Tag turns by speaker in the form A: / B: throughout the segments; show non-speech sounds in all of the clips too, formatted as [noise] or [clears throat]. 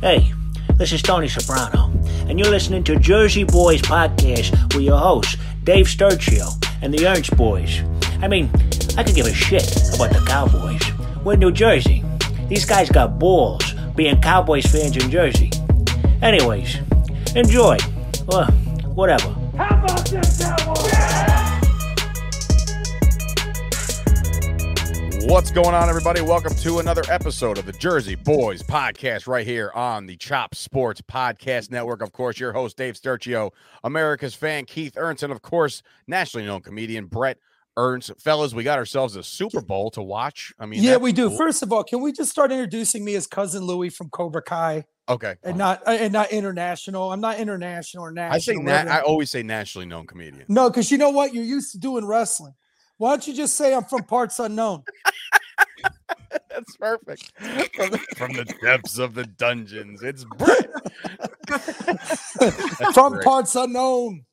A: Hey, this is Tony Soprano, and you're listening to Jersey Boys Podcast with your hosts, Dave Sturcio and the Ernst Boys. I mean, I could give a shit about the Cowboys. We're in New Jersey. These guys got balls being Cowboys fans in Jersey. Anyways, enjoy. Well, whatever.
B: How about this, Cowboys?
C: What's going on, everybody? Welcome to another episode of the Jersey Boys Podcast right here on the Chop Sports Podcast Network. Of course, your host, Dave Sturcio, America's fan, Keith Ernst, and of course, nationally known comedian, Brett Ernst. Fellas, we got ourselves a Super Bowl to watch. I mean,
D: Yeah,
C: that-
D: we do. First of all, can we just start introducing me as cousin Louis from Cobra Kai
C: Okay.
D: and not uh, and not international? I'm not international or national.
C: I say na-
D: whatever.
C: I always say nationally known
D: [laughs]
C: comedian.
D: no, because you know what? You're used to doing wrestling. Why don't you just say I'm from
C: [laughs]
D: parts unknown?
C: That's perfect. From the, from the depths of the dungeons, it's Brett.
D: [laughs] from
C: great.
D: parts unknown.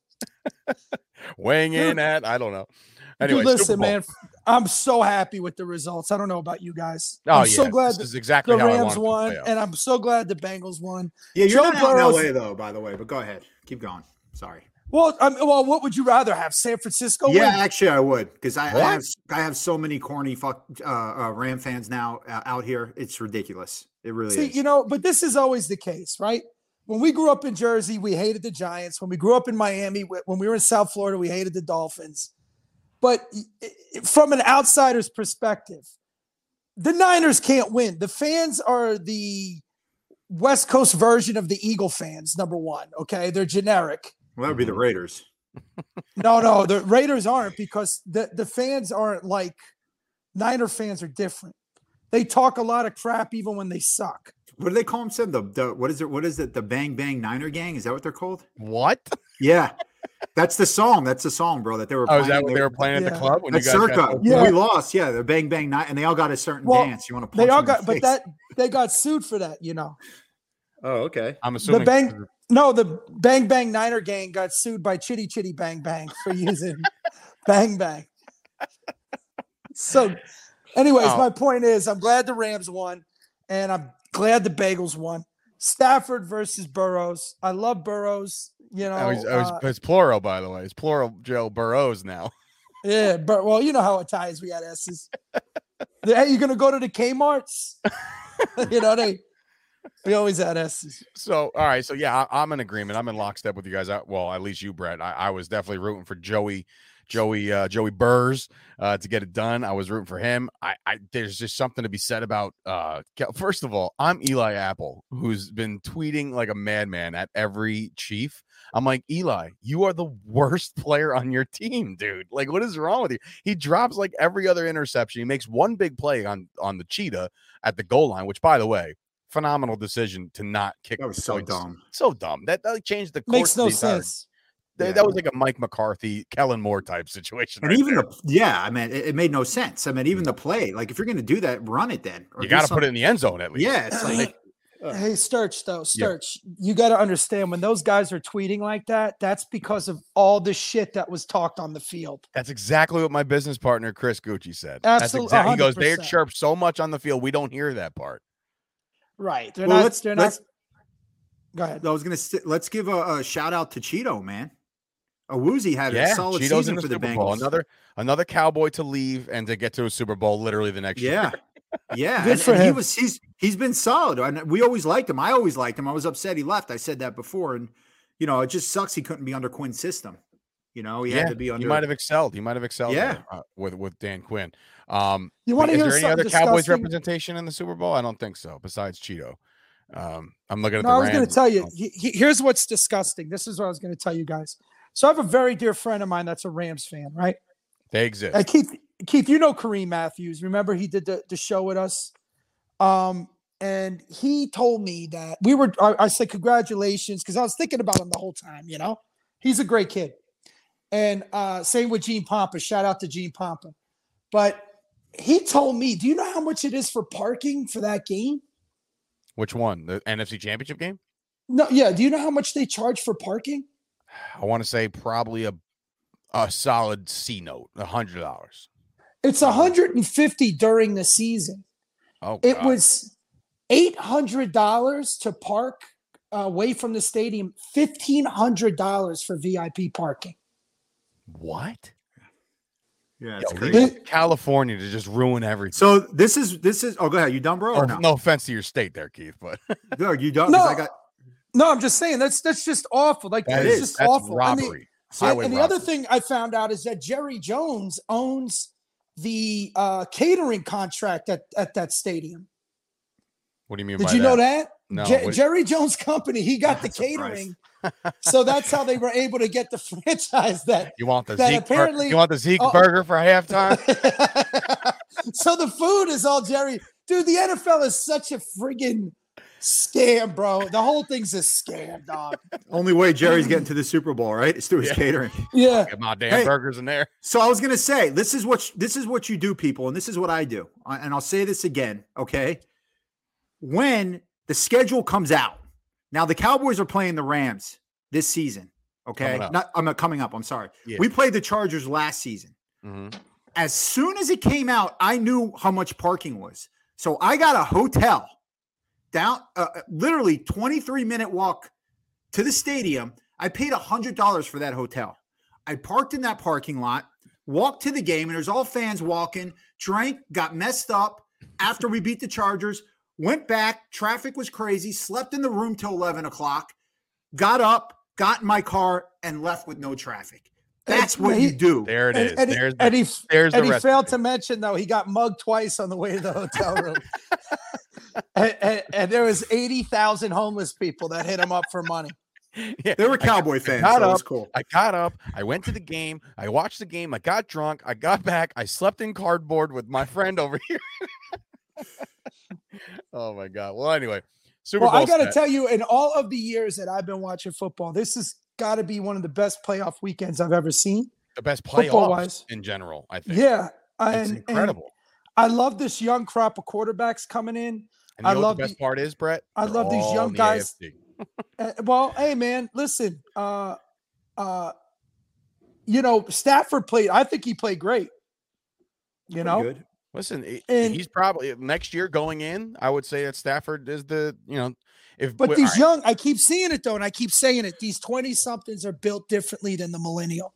C: Weighing in
D: Dude.
C: at, I don't know.
D: Dude,
C: Anyway, Super
D: listen,
C: Bowl.
D: man. I'm so happy with the results. I don't know about you guys.
C: Oh,
D: I'm
C: yeah.
D: so glad
C: this
D: that
C: is exactly
D: the
C: how I
D: Rams
C: wanted to
D: won,
C: play out.
D: and I'm so glad the Bengals won.
E: Yeah,
D: Joe
E: you're not out in
D: Burrow's-
E: LA though, by the way. But go ahead, keep going. Sorry.
D: Well, I'm, well, what would you rather have? San Francisco?
E: yeah,
D: win?
E: actually, I would because I, I
C: What?
E: have I have so many corny fuck uh, uh, Ram fans now uh, out here. It's ridiculous. It really
D: See,
E: is.
D: you know, but this is always the case, right? When we grew up in Jersey, we hated the Giants. When we grew up in Miami, wh- when we were in South Florida, we hated the Dolphins. But i- i- from an outsider's perspective, the Niners can't win. The fans are the West Coast version of the Eagle fans, number one. Okay. They're generic.
E: well, that would be the
C: Mm-hmm.
E: Raiders.
D: No, no, the Raiders aren't because the, the fans aren't like Niner fans are different. They talk a lot of crap even when they suck.
E: What do they call them? Said the, the what is it? What is it? The Bang Bang Niner Gang? Is that what they're called?
C: What?
E: Yeah, that's the song. That's the song, bro. That they were.
C: Oh, is that
E: playing.
C: what they were playing at the
D: Yeah.
C: club when you
E: At
C: guys got
E: Circa,
C: open?
D: Yeah.
E: we lost. Yeah, the Bang Bang Nine, and they all got a certain
D: Well,
E: dance. You want to?
D: They all got, but that they got sued for that, you know.
E: Oh, okay.
C: I'm assuming
D: bank- No, the Bang Bang Niner gang got sued by Chitty Chitty Bang Bang for [laughs] using Bang Bang. So, anyways,
C: Oh.
D: my point is, I'm glad the Rams won, and I'm glad the Bagels won. Stafford versus Burrows. I love Burrows. You know,
C: Oh, he's- oh, he's-
D: uh,
C: it's plural, by the way. It's plural Joe Burrows now. [laughs]
D: yeah, but well, you know how it ties. We had S's. hey, you gonna go to the Kmart's? [laughs] you know they. We always had S's.
C: So, all right. So, yeah, I, I'm in agreement. I'm in lockstep with you guys. I, well, at least you, Brett. I, I was definitely rooting for Joey, Joey, uh, Joey Burrs uh, to get it done. I was rooting for him. I, I there's just something to be said about. Uh, Kel- first of all, I'm Eli Apple, who's been tweeting like a madman at every chief. I'm like Eli, you are the worst [laughs] player on your team, dude. Like, what is wrong with you? He drops like every other interception. He makes one big play on on the cheetah at the goal line, which, by the way. Phenomenal decision to not kick
E: That was
C: the
E: so
C: points
E: dumb.
C: so dumb. That, that changed the course.
D: Makes
C: of
D: no
C: the entire-
D: sense.
C: Th- That,
E: Yeah.
C: was like a Mike McCarthy, Kellen Moore type situation.
E: And
C: right
E: even
C: there. Mm.
E: the yeah, I mean, it, it made no sense. I mean, even the play, like if you're going to do that, run it then. or
C: you
E: do
C: got to put it
E: something.
C: in the end zone at least.
D: [clears throat]
E: Yeah, it's like Uh,
D: Hey, Sturch, though,
C: Yeah.
D: Sturch, you got to understand when those guys are tweeting like that, that's because of all the shit that was talked on the field.
C: That's exactly what my business partner Chris Gucci said. That's
D: Absolute-
C: exact- He goes, they
D: 100%.
C: chirp so much on the field, we don't hear that part.
D: Right. They're
E: Well,
D: not,
E: let's-
D: they're
E: let's-
D: not. Go ahead.
E: I was going to let's give a, a shout out to Cheeto man. A woozy had
C: yeah,
E: a solid
C: Cheeto's
E: season
C: in the
E: for the
C: Super
E: Bengals.
C: Bowl. Another another Cowboy to leave and to get to a Super Bowl literally the next year. [laughs]
E: yeah, yeah.
D: Good
E: and,
D: for
E: and He
D: him.
E: was he's he's been solid. And we always liked him. I always liked him. I was upset he left. I said that before, and you know it just sucks he couldn't be under Quinn's system. You know he
C: Yeah,
E: had to be
C: He
E: under.
C: might have excelled. He might have excelled.
E: Yeah.
C: there, uh, with with Dan Quinn. Um,
D: You want to
C: is
D: hear
C: there any
D: something
C: other Cowboys
D: disgusting?
C: representation in the Super Bowl? I don't think so. Besides Cheeto, um, I'm looking at
D: No,
C: the
D: I was going to
C: Rams.
D: tell
C: Oh.
D: you. he- he- here's what's disgusting. This is what I was going to tell you guys. So I have a very dear friend of mine that's a Rams fan, right?
C: They exist.
D: Uh, Keith, Keith, you know Kareem Matthews. Remember he did the, the show with us. Um, and he told me that we were I, I said congratulations because I was thinking about him the whole time, you know. He's a great kid. And uh same with Gene Pompa. Shout out to Gene Pompa. But he told me, do you know how much it is for parking for that game?
C: Which one? The NFC Championship game?
D: No, yeah. Do you know how much they charge for parking?
C: I want to say probably a a solid C note, a hundred dollars.
D: It's 150 during the season.
C: Oh,
D: It
C: God.
D: was eight hundred dollars to park uh, away from the stadium, fifteen hundred dollars for VIP parking.
C: What?
E: Yeah, it's
C: Yo,
E: crazy.
C: leave California to just ruin everything.
E: So this is this is. Oh, go ahead. You done, bro?
C: Oh,
E: Or
C: no.
E: no?
C: offense to your state there, Keith, but
E: no, you done? 'Cause I
D: No.
E: got
D: No, I'm just saying that's that's just awful. Like
C: that
D: it's
E: is-
D: just
C: that's
D: awful. And the-
C: robbery.
D: So,
C: Highway
D: and the
C: robbery.
D: other thing I found out is that Jerry Jones owns the uh, catering contract at, at that stadium.
C: What do you mean?
D: Did
C: by
D: you
C: that?
D: know that?
C: No,
D: Je-
C: what-
D: Jerry Jones Company,
C: [laughs]
D: he got the
E: Not surprised.
D: catering. so that's how they were able to get the [laughs] franchise that.
C: You want the
D: that
C: Zeke? bur-
D: apparently-
C: you want the Zeke
D: [laughs] Oh.
C: burger for halftime?
D: [laughs] so the food is all Jerry. Dude, the NFL is such a friggin' scam, bro. The whole thing's a scam, dog.
E: only way Jerry's getting
C: [laughs]
E: to the Super Bowl, right? It's through his
C: Yeah.
E: catering.
D: Yeah.
C: Get my damn
E: Hey.
C: burgers in there.
E: So I was gonna say, this is what this is what you do, people, and this is what I do, I- and I'll say this again, okay? When the schedule comes out, now the Cowboys are playing the Rams this season, okay?
C: Coming up.
E: Not I'm not coming up. I'm sorry.
C: Yeah.
E: We played the Chargers last season.
D: Mm-hmm.
C: Mhm.
E: As soon as it came out, I knew how much parking was, so I got a hotel down, uh, uh, literally 23 minute walk to the stadium. I paid hundred dollars for that hotel. I parked in that parking lot, walked to the game, and there's all fans walking, drank, got messed up after we beat the Chargers, went back, traffic was crazy, slept in the room till 11 o'clock, got up, got in my car, and left with no traffic. That's what you
D: He-
E: do.
C: There it is.
D: And, and he-
C: there's the,
D: and he
C: there's the
D: and he
C: recipe.
D: failed to mention though he got mugged twice on the way to the hotel room and, and- and there was 80000 homeless people that hit him up for money
C: Yeah.
E: They were Cowboy fans.
C: got
E: So it was
C: up.
E: cool.
C: I got up, I went to the game, I watched the game, I got drunk, I got back, I slept in cardboard with my friend over here. [laughs] oh my god. Well, anyway, [laughs] Super
D: well
C: Bowl.
D: i gotta
C: stat.
D: tell you in all of the years that i've been watching football this has got to be one of the best playoff weekends i've ever seen
C: the best
D: football
C: playoffs
D: wise.
C: in general, I think.
D: yeah
C: It's
D: and, and
C: incredible.
D: i love this young crop of quarterbacks coming in
C: And,
D: I
C: you know what
D: love
C: the best
D: the-
C: part is, Brett?
D: I
C: They're
D: love these
C: all
D: young
C: in the
D: guys.
C: AFC.
D: Uh, well, hey man, listen, uh, uh, you know Stafford played. I think he played great. You know,
E: Pretty good.
C: Listen, it-
D: And-
C: he's probably next year going in. I would say that Stafford is the, you know, if
D: but
C: we-
D: these
C: all
D: young, I keep seeing it though, and I keep saying it. These twenty somethings are built differently than the millennial,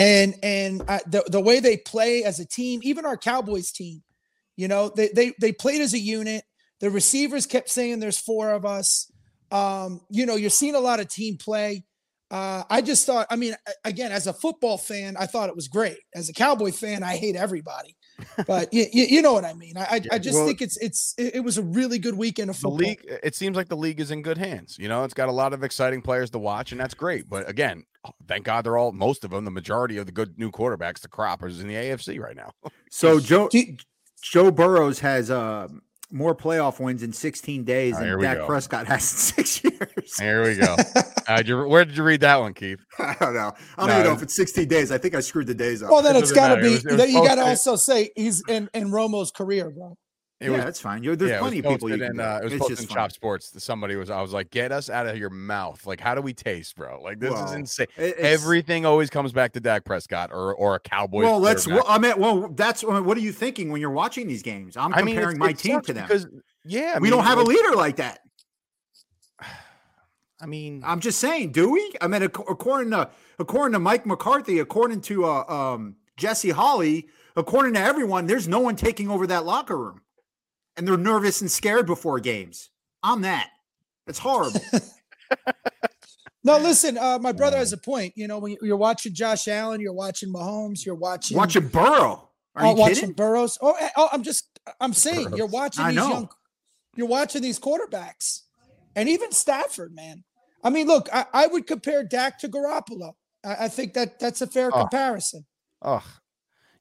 D: and and I, the the way they play as a team, even our Cowboys team, you know, they they they played as a unit. The receivers kept saying there's four of us. Um, you know, you're seeing a lot of team play. Uh, I just thought, I mean, a- again, as a football fan, I thought it was great. As a Cowboy fan, I hate everybody,
C: [laughs]
D: but you, you, you know what I mean. I, I, I just
E: well-
D: think it's it's it, it was a really good weekend of
C: the
D: football.
C: league it seems like the league is in good hands you know it's got a lot of exciting players to watch and that's great but again oh, thank god they're all most of them the majority of the good new quarterbacks the croppers in the afc right now
E: So Joe
D: Do you-
E: Joe Burrows has uh, more playoff wins in 16 days
C: Ah,
E: than
C: here we
E: Dak
C: go.
E: Prescott has in [laughs] six years.
C: there we go [laughs] How'd you- where did you read that one keith
E: [laughs] I don't know. I don't
C: No,
E: even know
C: it-
E: if it's 16 days. I think I screwed the days up.
D: Well, then
C: It
D: it's
C: doesn't
D: got to
C: matter. It
D: be.
C: was- it was
D: then you got to
C: posted.
D: also say he's in in Romo's career, bro.
C: it
E: yeah,
C: was
E: that's fine. You're, there's
C: yeah, it was
E: plenty of people you
C: posted
E: can.
C: in,
E: do
C: uh, it was
E: it's
C: posted
E: just
C: in
E: fun.
C: chop sports somebody was i was like get us out of your mouth like how do we taste bro like this is
E: Well,
C: insane
E: It- it's-
C: everything always comes back to dak prescott or or a cowboy
E: Well, let's. Well, I mean, well, that's I mean, what are you thinking when you're watching these games? I'm
C: i mean
E: comparing
C: it's-
E: my
C: it
E: team
C: sucks
E: to them.
C: because yeah I
E: we don't
C: mean,
E: have a
C: like,
E: leader like that.
C: i mean
E: I'm just saying, do we? I mean, ac- according to according to Mike McCarthy, according to uh, um, Jesse Holly, according to everyone, there's no one taking over that locker room, and they're nervous and scared before games. I'm that.
D: [laughs]
E: It's horrible.
D: No, listen, uh, my brother
C: Yeah.
D: has a point. You know, when you- you're watching Josh Allen, you're watching Mahomes, you're watching
E: Watching Burrow. Are
D: uh,
E: you
D: watching
E: kidding?
D: Burrows. Oh, eh, oh, I'm just I'm saying you're watching
E: I
D: these
E: know.
D: young, you're watching these quarterbacks, and even Stafford, man. I mean, look, I, I would compare Dak to Garoppolo. I, I think that that's a fair
C: Oh.
D: comparison.
C: ugh.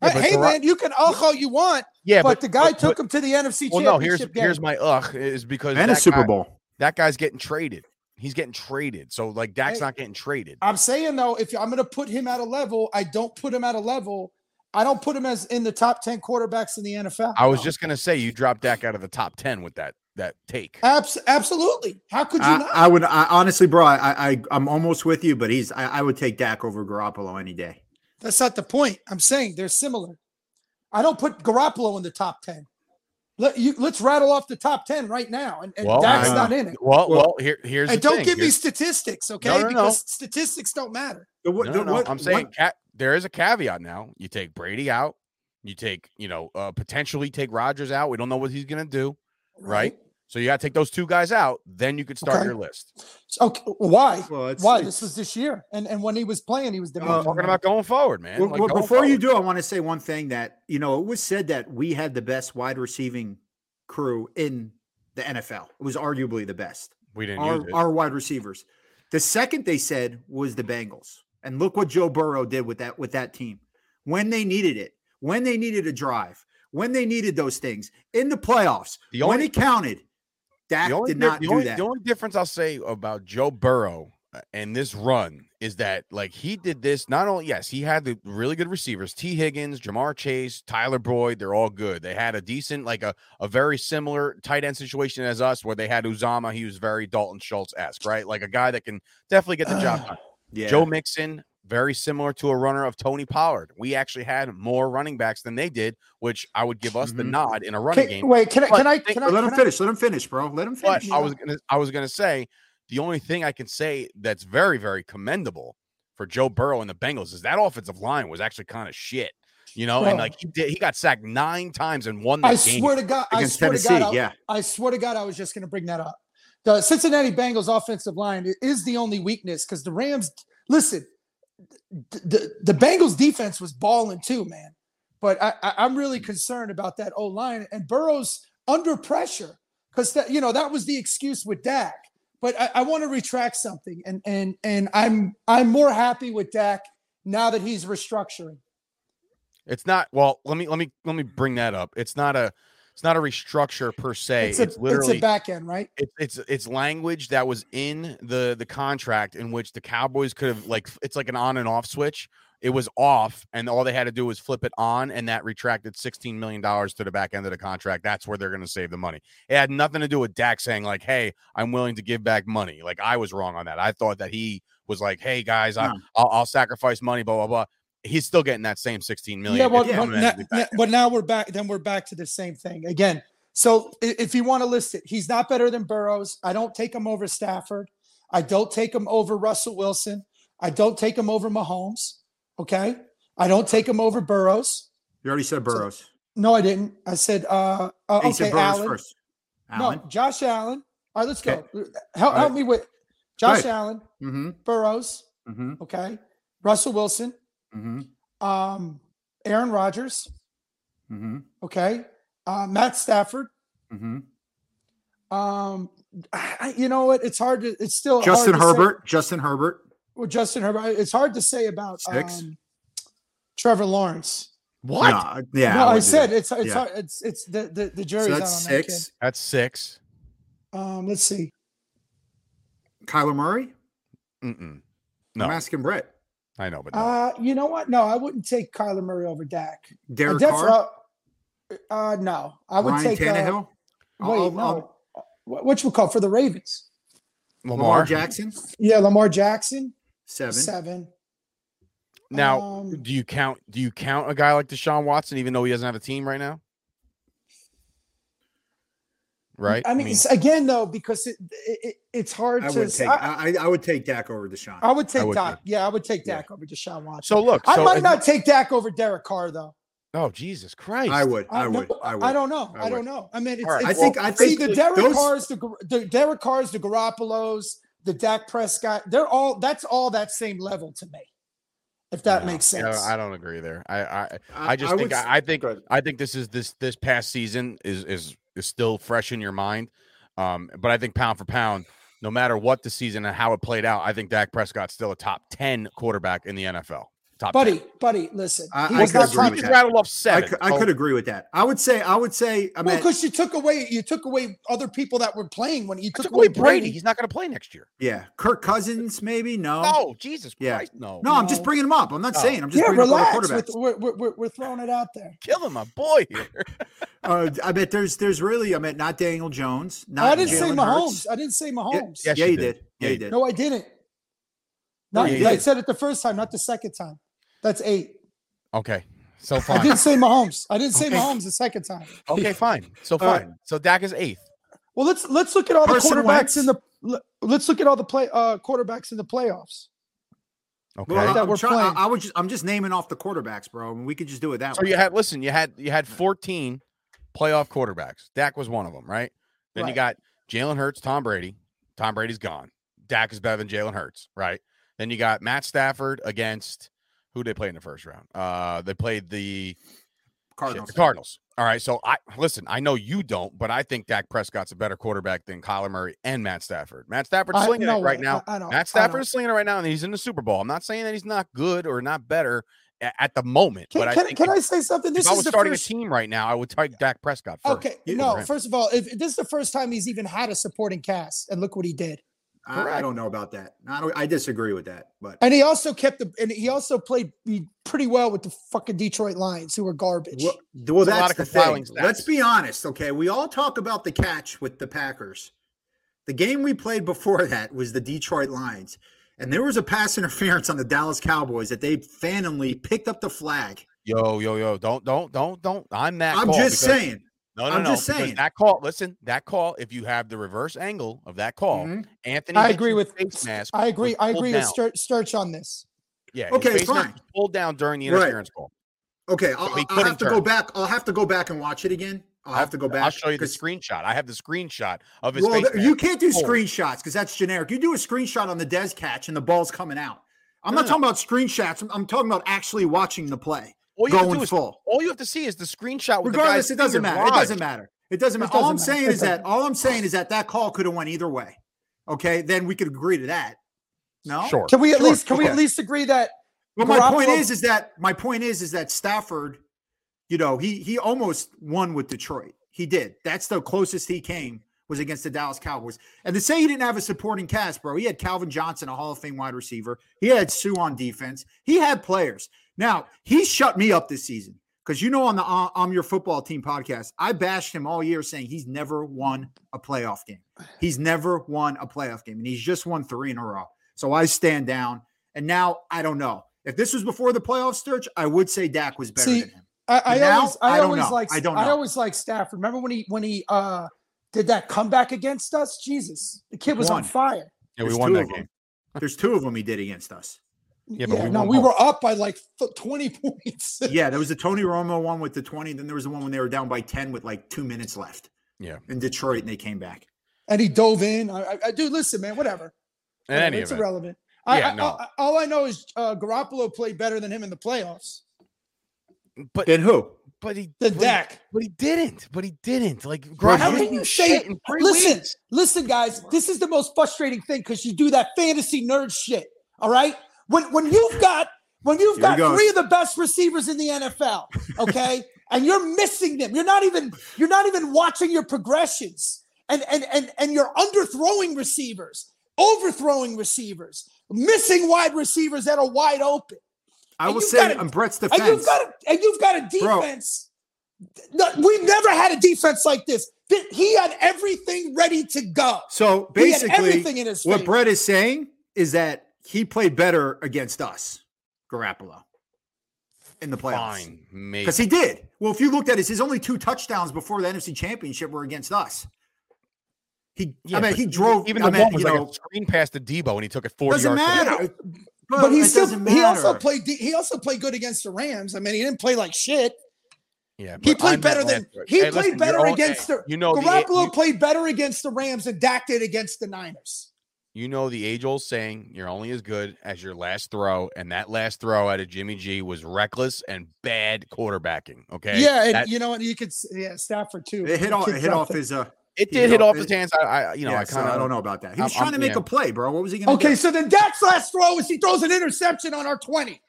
D: Uh, hey,
C: Gar-
D: man, you can oh all you want,
C: yeah,
D: but, the guy
C: but-
D: took him to the NFC
C: Well,
D: Championship
C: no. Here's
D: game.
C: here's my ugh is because
E: And a
C: that
E: Super
C: guy-
E: Bowl.
C: that guy's getting traded. He's getting traded. So like Dak's
D: Hey.
C: not getting traded.
D: I'm saying though, if I'm going to put him at a level, I don't put him at a level. I don't put him as in the top ten quarterbacks in the NFL.
C: I was just gonna say you dropped Dak out of the top ten with that that take.
D: Abs- absolutely. How could you
E: I,
D: not?
E: I would I, honestly, bro. I, I I'm almost with you, but he's I, I would take Dak over Garoppolo any day.
D: That's not the point. I'm saying they're similar. I don't put Garoppolo in the top ten. Let you let's rattle off the top ten right now, and, and
C: Well,
D: Dak's
E: I-
D: not in it.
C: Well,
E: Well-
C: well, here, here's
D: And
C: the
D: don't
C: thing.
D: give me
C: Here's-
D: statistics, okay?
C: no, no.
D: Because statistics don't matter.
E: The what-
C: No,
E: the
C: no, no.
E: what-
C: I'm
E: what-
C: saying ca- there is a caveat now. You take Brady out. You take, you know, uh, potentially take Rogers out. We don't know what he's going to do. Right. So you got to take those two guys out. Then you could start
D: Okay.
C: your list.
D: So, okay, why?
E: well, it's,
D: why?
E: it's-
D: This was this year, and and when he was playing, he was the
E: Uh,
C: I'm talking about going forward, man.
E: well,
C: Like,
E: well,
C: going
E: before you
C: forward.
E: do, I want to say one thing that you know it was said that we had the best wide receiving crew in the NFL. It was arguably the best.
C: we didn't
E: Our,
C: use it.
E: our wide receivers. The second they said was the Bengals, and look what Joe Burrow did with that with that team when they needed it, when they needed a drive, when they needed those things in the playoffs,
C: The
E: when
C: only-
E: it counted. Dak
C: the only,
E: did
C: dif-
E: not
C: the
E: do
C: only-
E: that.
C: the only difference I'll say about Joe Burrow uh, and this run is that like he did this not only yes he had the really good receivers T Higgins, Jamar Chase, Tyler Boyd they're all good. They had a decent like a a very similar tight end situation as us where they had Uzama. He was very Dalton Schultz esque right like a guy that can definitely get the job done.
E: yeah.
C: Joe Mixon, very similar to a runner of Tony Pollard. We actually had more running backs than they did, which I would give us the
E: Mhm.
C: nod in a running game.
D: wait, can I? Can I?
C: But-
D: Can I?
E: But let him
D: can I-
E: finish. Let him finish, bro. Let him
C: But
E: finish.
C: I was gonna, I was gonna say the only thing I can say that's very, very commendable for Joe Burrow and the Bengals is that offensive line was actually kind of shit, you know, and
D: Bro.
C: like he did, he got sacked nine times and won the
D: I
C: game.
D: swear to God, I
E: against
D: swear to
E: Tennessee.
D: God, I-
E: yeah.
D: I swear to God, I was just going to bring that up. The Cincinnati Bengals offensive line i- is the only weakness because the Rams. Listen, th- the, the Bengals defense was balling too, man. But I, I, I'm really concerned about that O line and Burrow's under pressure because that you know that was the excuse with Dak. But I, I want to retract something, and and and I'm I'm more happy with Dak now that he's restructuring.
C: It's not well. Let me let me let me bring that up. It's not a it's not a restructure per se. It's,
D: a,
C: literally
D: it's a back end, right?
C: it, it's it's language that was in the the contract in which the Cowboys could have like it's like an on and off switch. It was off, and all they had to do was flip it on, and that retracted sixteen million dollars to the back end of the contract. That's where they're going to save the money. It had nothing to do with Dak saying like, "Hey, I'm willing to give back money." Like I was wrong on that. I thought that he was like, "Hey guys, I,
E: No.
C: I'll, I'll sacrifice money." Blah blah blah. He's still getting that same sixteen million.
D: Yeah, well,
C: It's
E: yeah.
D: but,
C: coming
D: na-
C: out of the back
D: na-
C: end.
D: but now we're back. Then we're back to the same thing again. So i- if you want to list it, he's not better than Burrows. I don't take him over Stafford. I don't take him over Russell Wilson. I don't take him over Mahomes. Okay. I don't take him over Burrows.
E: You already said Burrows.
D: No, I didn't. I said, uh, uh
E: He
D: okay,
E: said Burrows
D: Allen.
E: first. Allen.
D: No, Josh Allen. All right, let's go.
E: Okay.
D: Help,
E: All
D: help
E: right.
D: me with Josh
E: ahead.
D: Allen,
E: Mm-hmm.
D: Burrows.
E: Mm-hmm.
D: Okay. Russell Wilson,
E: Mm-hmm.
D: um, Aaron Rodgers.
E: Mm-hmm.
D: Okay. Uh, Matt Stafford.
E: Mm-hmm.
D: Um, I, you know what? It's hard to. It's still
E: Justin
D: hard to say-
E: Herbert. Justin Herbert.
D: well, Justin Herbert. It's hard to say about
E: Six.
D: um, Trevor Lawrence.
C: what?
E: Nah, yeah.
D: no,
E: wouldn't
D: I
E: do
D: said
E: that.
D: it's it's
E: Yeah.
D: hard, it's it's the the, the
E: So
D: jury's out on
E: that's six.
C: That's six.
D: that kid. Um, let's see.
E: Kyler Murray.
C: Mm-mm.
E: I'm
C: No,
E: asking Brett.
C: I know, but no.
D: Uh, you know what? No, I wouldn't take Kyler Murray over Dak. I
E: Derek
D: definitely-
E: Carr.
D: Uh, no, I would
E: Ryan
D: take
E: Tannehill.
D: Uh,
E: I'll-
D: wait,
E: I'll-
D: no. What you call for the Ravens?
E: Lamar Jackson.
D: Yeah, Lamar Jackson
E: Seven.
D: seven.
C: Now,
D: Um,
C: do you count? Do you count a guy like Deshaun Watson, even though he doesn't have a team right now? Right.
D: I mean, it's- again though, because it, it, it- it's hard
E: I
D: to.
E: would take.
D: I-
E: I, I, I would take Dak over Deshaun.
D: I would take
C: would
D: Dak. Yeah, I would take
E: Yeah.
D: Dak over Deshaun Watson.
C: so look.
D: I
C: so
D: might
C: as-
D: not take Dak over Derek Carr though.
C: Oh Jesus Christ!
E: I would. I
D: no,
E: would. I would.
D: don't know.
E: I
D: I, don't
E: would.
D: know. I mean, it's,
C: All right.
E: I
D: it's-
E: think. I
D: see
E: think
D: the Derek
E: those-
D: Carrs, the, Gar- the Derek Carrs, the Garoppolos, the Dak Prescott. They're all. That's all that same level to me. If that
C: No,
D: makes
C: I don't-
D: sense.
C: I don't agree there. I I, I just think
E: would s-
C: I, I think
E: Go ahead.
C: I think this is this this past season is is is still fresh in your mind. Um, but I think pound for pound, no matter what the season and how it played out, I think Dak Prescott's still a top ten quarterback in the NFL. Top
D: buddy, buddy, listen.
E: I-
D: he
E: I
D: was
E: could
D: not
E: agree
C: He
D: top.
E: with
C: just
E: that.
C: rattled off
E: I,
C: seven.
E: cou- I
C: so-
E: could agree with that. I would say. I would say. I
D: Well,
E: mean.
D: because you took away, you took away other people that were playing when you
C: I
D: took,
C: took away Brady.
D: Brady.
C: He's not going to play next year.
E: yeah. Kirk Cousins. Maybe no.
C: Oh, Jesus
E: Yeah.
C: Christ! No,
E: No, I'm just
D: No.
E: bringing him up. I'm not
C: No.
E: saying. I'm just
D: Yeah,
E: bringing up
D: relax.
E: other quarterbacks.
D: With, we're, we're, we're- we're throwing it out there.
C: killing my boy here. [laughs]
E: Uh, I bet there's there's really. I mean, not Daniel Jones. Not
D: I didn't say
E: Jalen
D: Mahomes.
E: Hurts.
D: I didn't say Mahomes.
E: Yeah,
C: Yes, you
E: you
C: did.
E: did. Yeah, you did.
D: No, I didn't.
C: Oh,
D: Not,
E: you
D: I
E: did.
D: said it the first time, not the second time. That's eight.
C: Okay. So
D: I
C: fine.
D: didn't say Mahomes. I didn't say
C: Okay.
D: Mahomes the second time.
C: okay, fine. So
E: All right.
C: fine. So Dak is eighth.
D: Well, let's let's look at all the
E: Carson
D: quarterbacks
E: Wentz.
D: in the le- let's look at all the play uh, quarterbacks in the playoffs.
C: Okay.
E: Well,
D: That
E: I'm,
D: we're
E: trying,
D: playing.
E: I, I was just, I'm just naming off the quarterbacks, bro, and we could just do it that
C: so
E: way.
C: you had listen, you had you had 14 playoff quarterbacks. Dak was one of them, right? Then you
D: Right.
C: got Jalen Hurts, Tom Brady. Tom Brady's gone. Dak is better than Jalen Hurts, right? Then you got Matt Stafford against who they play in the first round. Uh they played the [laughs] Shit,
E: Cardinals.
C: the Cardinals. All right. So I listen. I know you don't, but I think Dak Prescott's a better quarterback than Kyler Murray and Matt Stafford. Matt Stafford's
D: I-
C: slinging
D: no
C: it right
D: way.
C: now.
D: I, I don't.
C: Matt
D: I
C: Stafford
D: don't.
C: is slinging it right now, and he's in the Super Bowl. I'm not saying that he's not good or not better a- at the moment,
D: Can,
C: but I
D: can,
C: think
D: can
C: if,
D: I say something?
C: if
D: This
C: I
D: is
C: was
D: the
C: starting
D: first.
C: a team right now, I would take Dak Prescott first.
D: Okay,
E: You-
D: no.
C: Right.
D: First of all, if this is the first time he's even had a supporting cast, and look what he did.
E: I, I don't know about that. I, don't, I disagree with that, but
D: And he also kept the. And he also played he- pretty well with the fucking Detroit Lions, who were garbage.
E: well, well
C: There's a lot
E: that's
C: of
E: the
C: compiling
E: thing.
C: stats.
E: Let's be honest, okay? We all talk about the catch with the Packers. The game we played before [laughs] that was the Detroit Lions, and there was a pass interference on the Dallas Cowboys that they randomly picked up the flag.
C: Yo, yo, yo! Don't, don't, don't, don't! I'm that.
E: I'm
C: call
E: just
C: because-
E: saying.
C: No, no,
E: I'm
C: no!
E: just
C: because
E: saying.
C: that call. Listen, that call. If you have the reverse angle of that call,
E: Mhm.
C: Anthony.
D: Mm-hmm. I agree
C: Hitchens'
D: with.
C: face mask.
D: I agree.
C: was
D: I
C: pulled
D: agree
C: down.
D: with Sturch on this.
C: Yeah. his
E: Okay,
C: face mask
E: fine.
C: was Pulled down during the
E: Right.
C: interference call.
E: Okay, I'll,
C: he
E: I'll
C: couldn't
E: have to go
C: turn.
E: back. I'll have to go back and watch it again. I'll have to go back.
C: I'll show you the
E: 'cause-
C: screenshot. I have the screenshot of his
E: Well,
C: face.
E: th- you
C: mask.
E: can't do
C: Forward.
E: screenshots because that's generic. You do a screenshot on the Dez catch and the ball's coming out. I'm not
C: No,
E: talking about screenshots. I'm, I'm talking about actually watching the play
C: all you have to
E: going
C: do is-
E: full.
C: all you have to see is the screenshot. With
E: Regardless,
C: the
E: it
C: guy's
E: doesn't
C: finger
E: matter. It
C: lodged.
E: doesn't matter. It doesn't
D: It
E: matter. All I'm
D: doesn't matter.
E: saying
D: It
E: is that
D: doesn't-
E: all I'm saying is that that call could have went either way. Okay, then we could agree to that. No,
C: Sure.
D: Can we at
E: Sure,
D: least? Can we
E: okay.
D: at least agree that?
E: But my point
D: Garoppolo-
E: is, is that my point is, is that Stafford, you know, he he almost won with Detroit. He did. That's the closest he came was against the Dallas Cowboys. And to say he didn't have a supporting cast, bro, he had Calvin Johnson, a Hall of Fame wide receiver. He had Sue on defense. He had players. Now he shut me up this season because you know on the I- I'm Your Football Team podcast, I bashed him all year saying he's never won a playoff game. He's never won a playoff game, and he's just won three in a row. So I stand down. And now I don't know. If this was before the playoff search, I would say Dak was better
D: See,
E: than him.
D: I, I
E: Now,
D: always. I,
E: I don't
D: always
E: know.
D: like.
E: I don't
D: I
E: know.
D: always like Stafford. Remember when he when he uh did that comeback against us? Jesus, the kid was
E: One.
D: on fire.
C: Yeah, we
E: There's
C: won
E: two
C: that
E: of 'em.
C: game.
E: There's two of them he did
C: [laughs]
E: against us.
C: Yeah,
D: Yeah,
C: but we
D: no,
C: won
D: we
C: both.
D: were up by like f- twenty [laughs] points.
E: Yeah, there was the Tony Romo one with the 20. Then there was the one when they were down by 10 with like two minutes left.
C: Yeah.
E: In Detroit, and they came back.
D: and he dove in. I, I, I do listen, man. Whatever.
C: In
D: Whatever,
C: any
D: it's
C: event,
D: irrelevant. I,
C: Yeah,
D: I-
C: no.
D: I- all I know is uh, Garoppolo played better than him in the playoffs.
C: but
E: Then who?
C: but he
D: The
C: but he-
D: Dak.
C: but he didn't. But he didn't. Like
E: Bro,
C: Gronk
E: how
C: was
E: can
C: doing
D: you say-
C: shit in three
D: Listen,
C: weeks.
D: listen, guys. This is the most frustrating thing because you do that fantasy nerd shit. All right. When when you've got when you've
E: Here
D: got
E: it goes.
D: three of the best receivers in the NFL, okay, and you're missing them. You're not even you're not even watching your progressions, and and and and you're underthrowing receivers, overthrowing receivers, missing wide receivers that are wide open.
E: I
D: And
E: will
D: you've
E: say,
D: gotta-
E: on Brett's
D: and
E: defense,
D: you've got a, and you've got a
E: Bro.
D: defense. No, we never had a defense like this. Th- He had everything ready to go.
E: so
D: he had
E: basically,
D: everything in his
E: what
D: favor.
E: Brett is saying is that he played better against us, Garoppolo, in the playoffs.
C: Fine, maybe.
E: Because he did. Well, if you looked at it, his only two touchdowns before the NFC Championship were against us. He,
C: Yeah,
E: I mean,
C: but
E: he drove.
C: Even
E: I
C: the
E: mean,
C: one was
E: you
C: like
E: know,
C: a screen pass to Debo, and he took it forty
E: doesn't
C: yards. away.
E: matter. Bro,
D: but he
E: it
D: still
E: doesn't
D: he also
E: matter.
D: played de- he also played good against the Rams. I mean, he didn't play like shit.
C: Yeah,
D: He
C: but I
D: played
C: meant
D: better
C: last
D: than
C: year.
D: he
C: Hey,
D: played
C: listen, you're
D: better
C: all-
D: against the
C: you know the-
D: Garoppolo
C: you-
D: played better against the Rams than Dak did against the Niners.
C: you know the age old saying you're only as good as your last throw and that last throw out of jimmy g was reckless and bad quarterbacking okay
D: Yeah, and
C: That-
D: you know, and you could s- yeah Stafford too.
E: It hit
D: Kid
E: off. It hit
D: dropped
E: off
D: it.
E: his. Uh,
C: it
E: you
C: did hit
E: know,
C: off his
E: it-
C: hands i, I you know
E: yeah,
C: i
E: so
C: kind of
E: I don't know about that. He
C: I'm-
E: was trying to
C: I'm-
E: make
C: yeah.
E: a play, bro. What was he going to
D: Okay,
E: do?
D: so then Dak's last throw is he throws an interception on our twenty.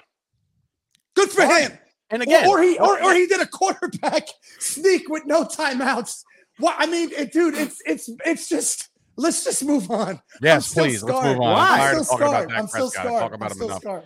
D: Good for him.
C: and
D: Or-
C: again
D: Or, he or, or he did a quarterback [laughs] sneak with no timeouts. What I mean, it- dude, it's it's it's just let's just move on.
C: yes
D: I'm still
C: please let's
D: scarred.
C: move on
E: Why?
C: i'm
E: I'm
C: tired
D: I'm
C: of
D: still
C: talking about that
D: scarred. I'm
C: prescott i
D: still scarred.
C: talk
D: I'm
C: about him
D: still
C: enough
D: scarred.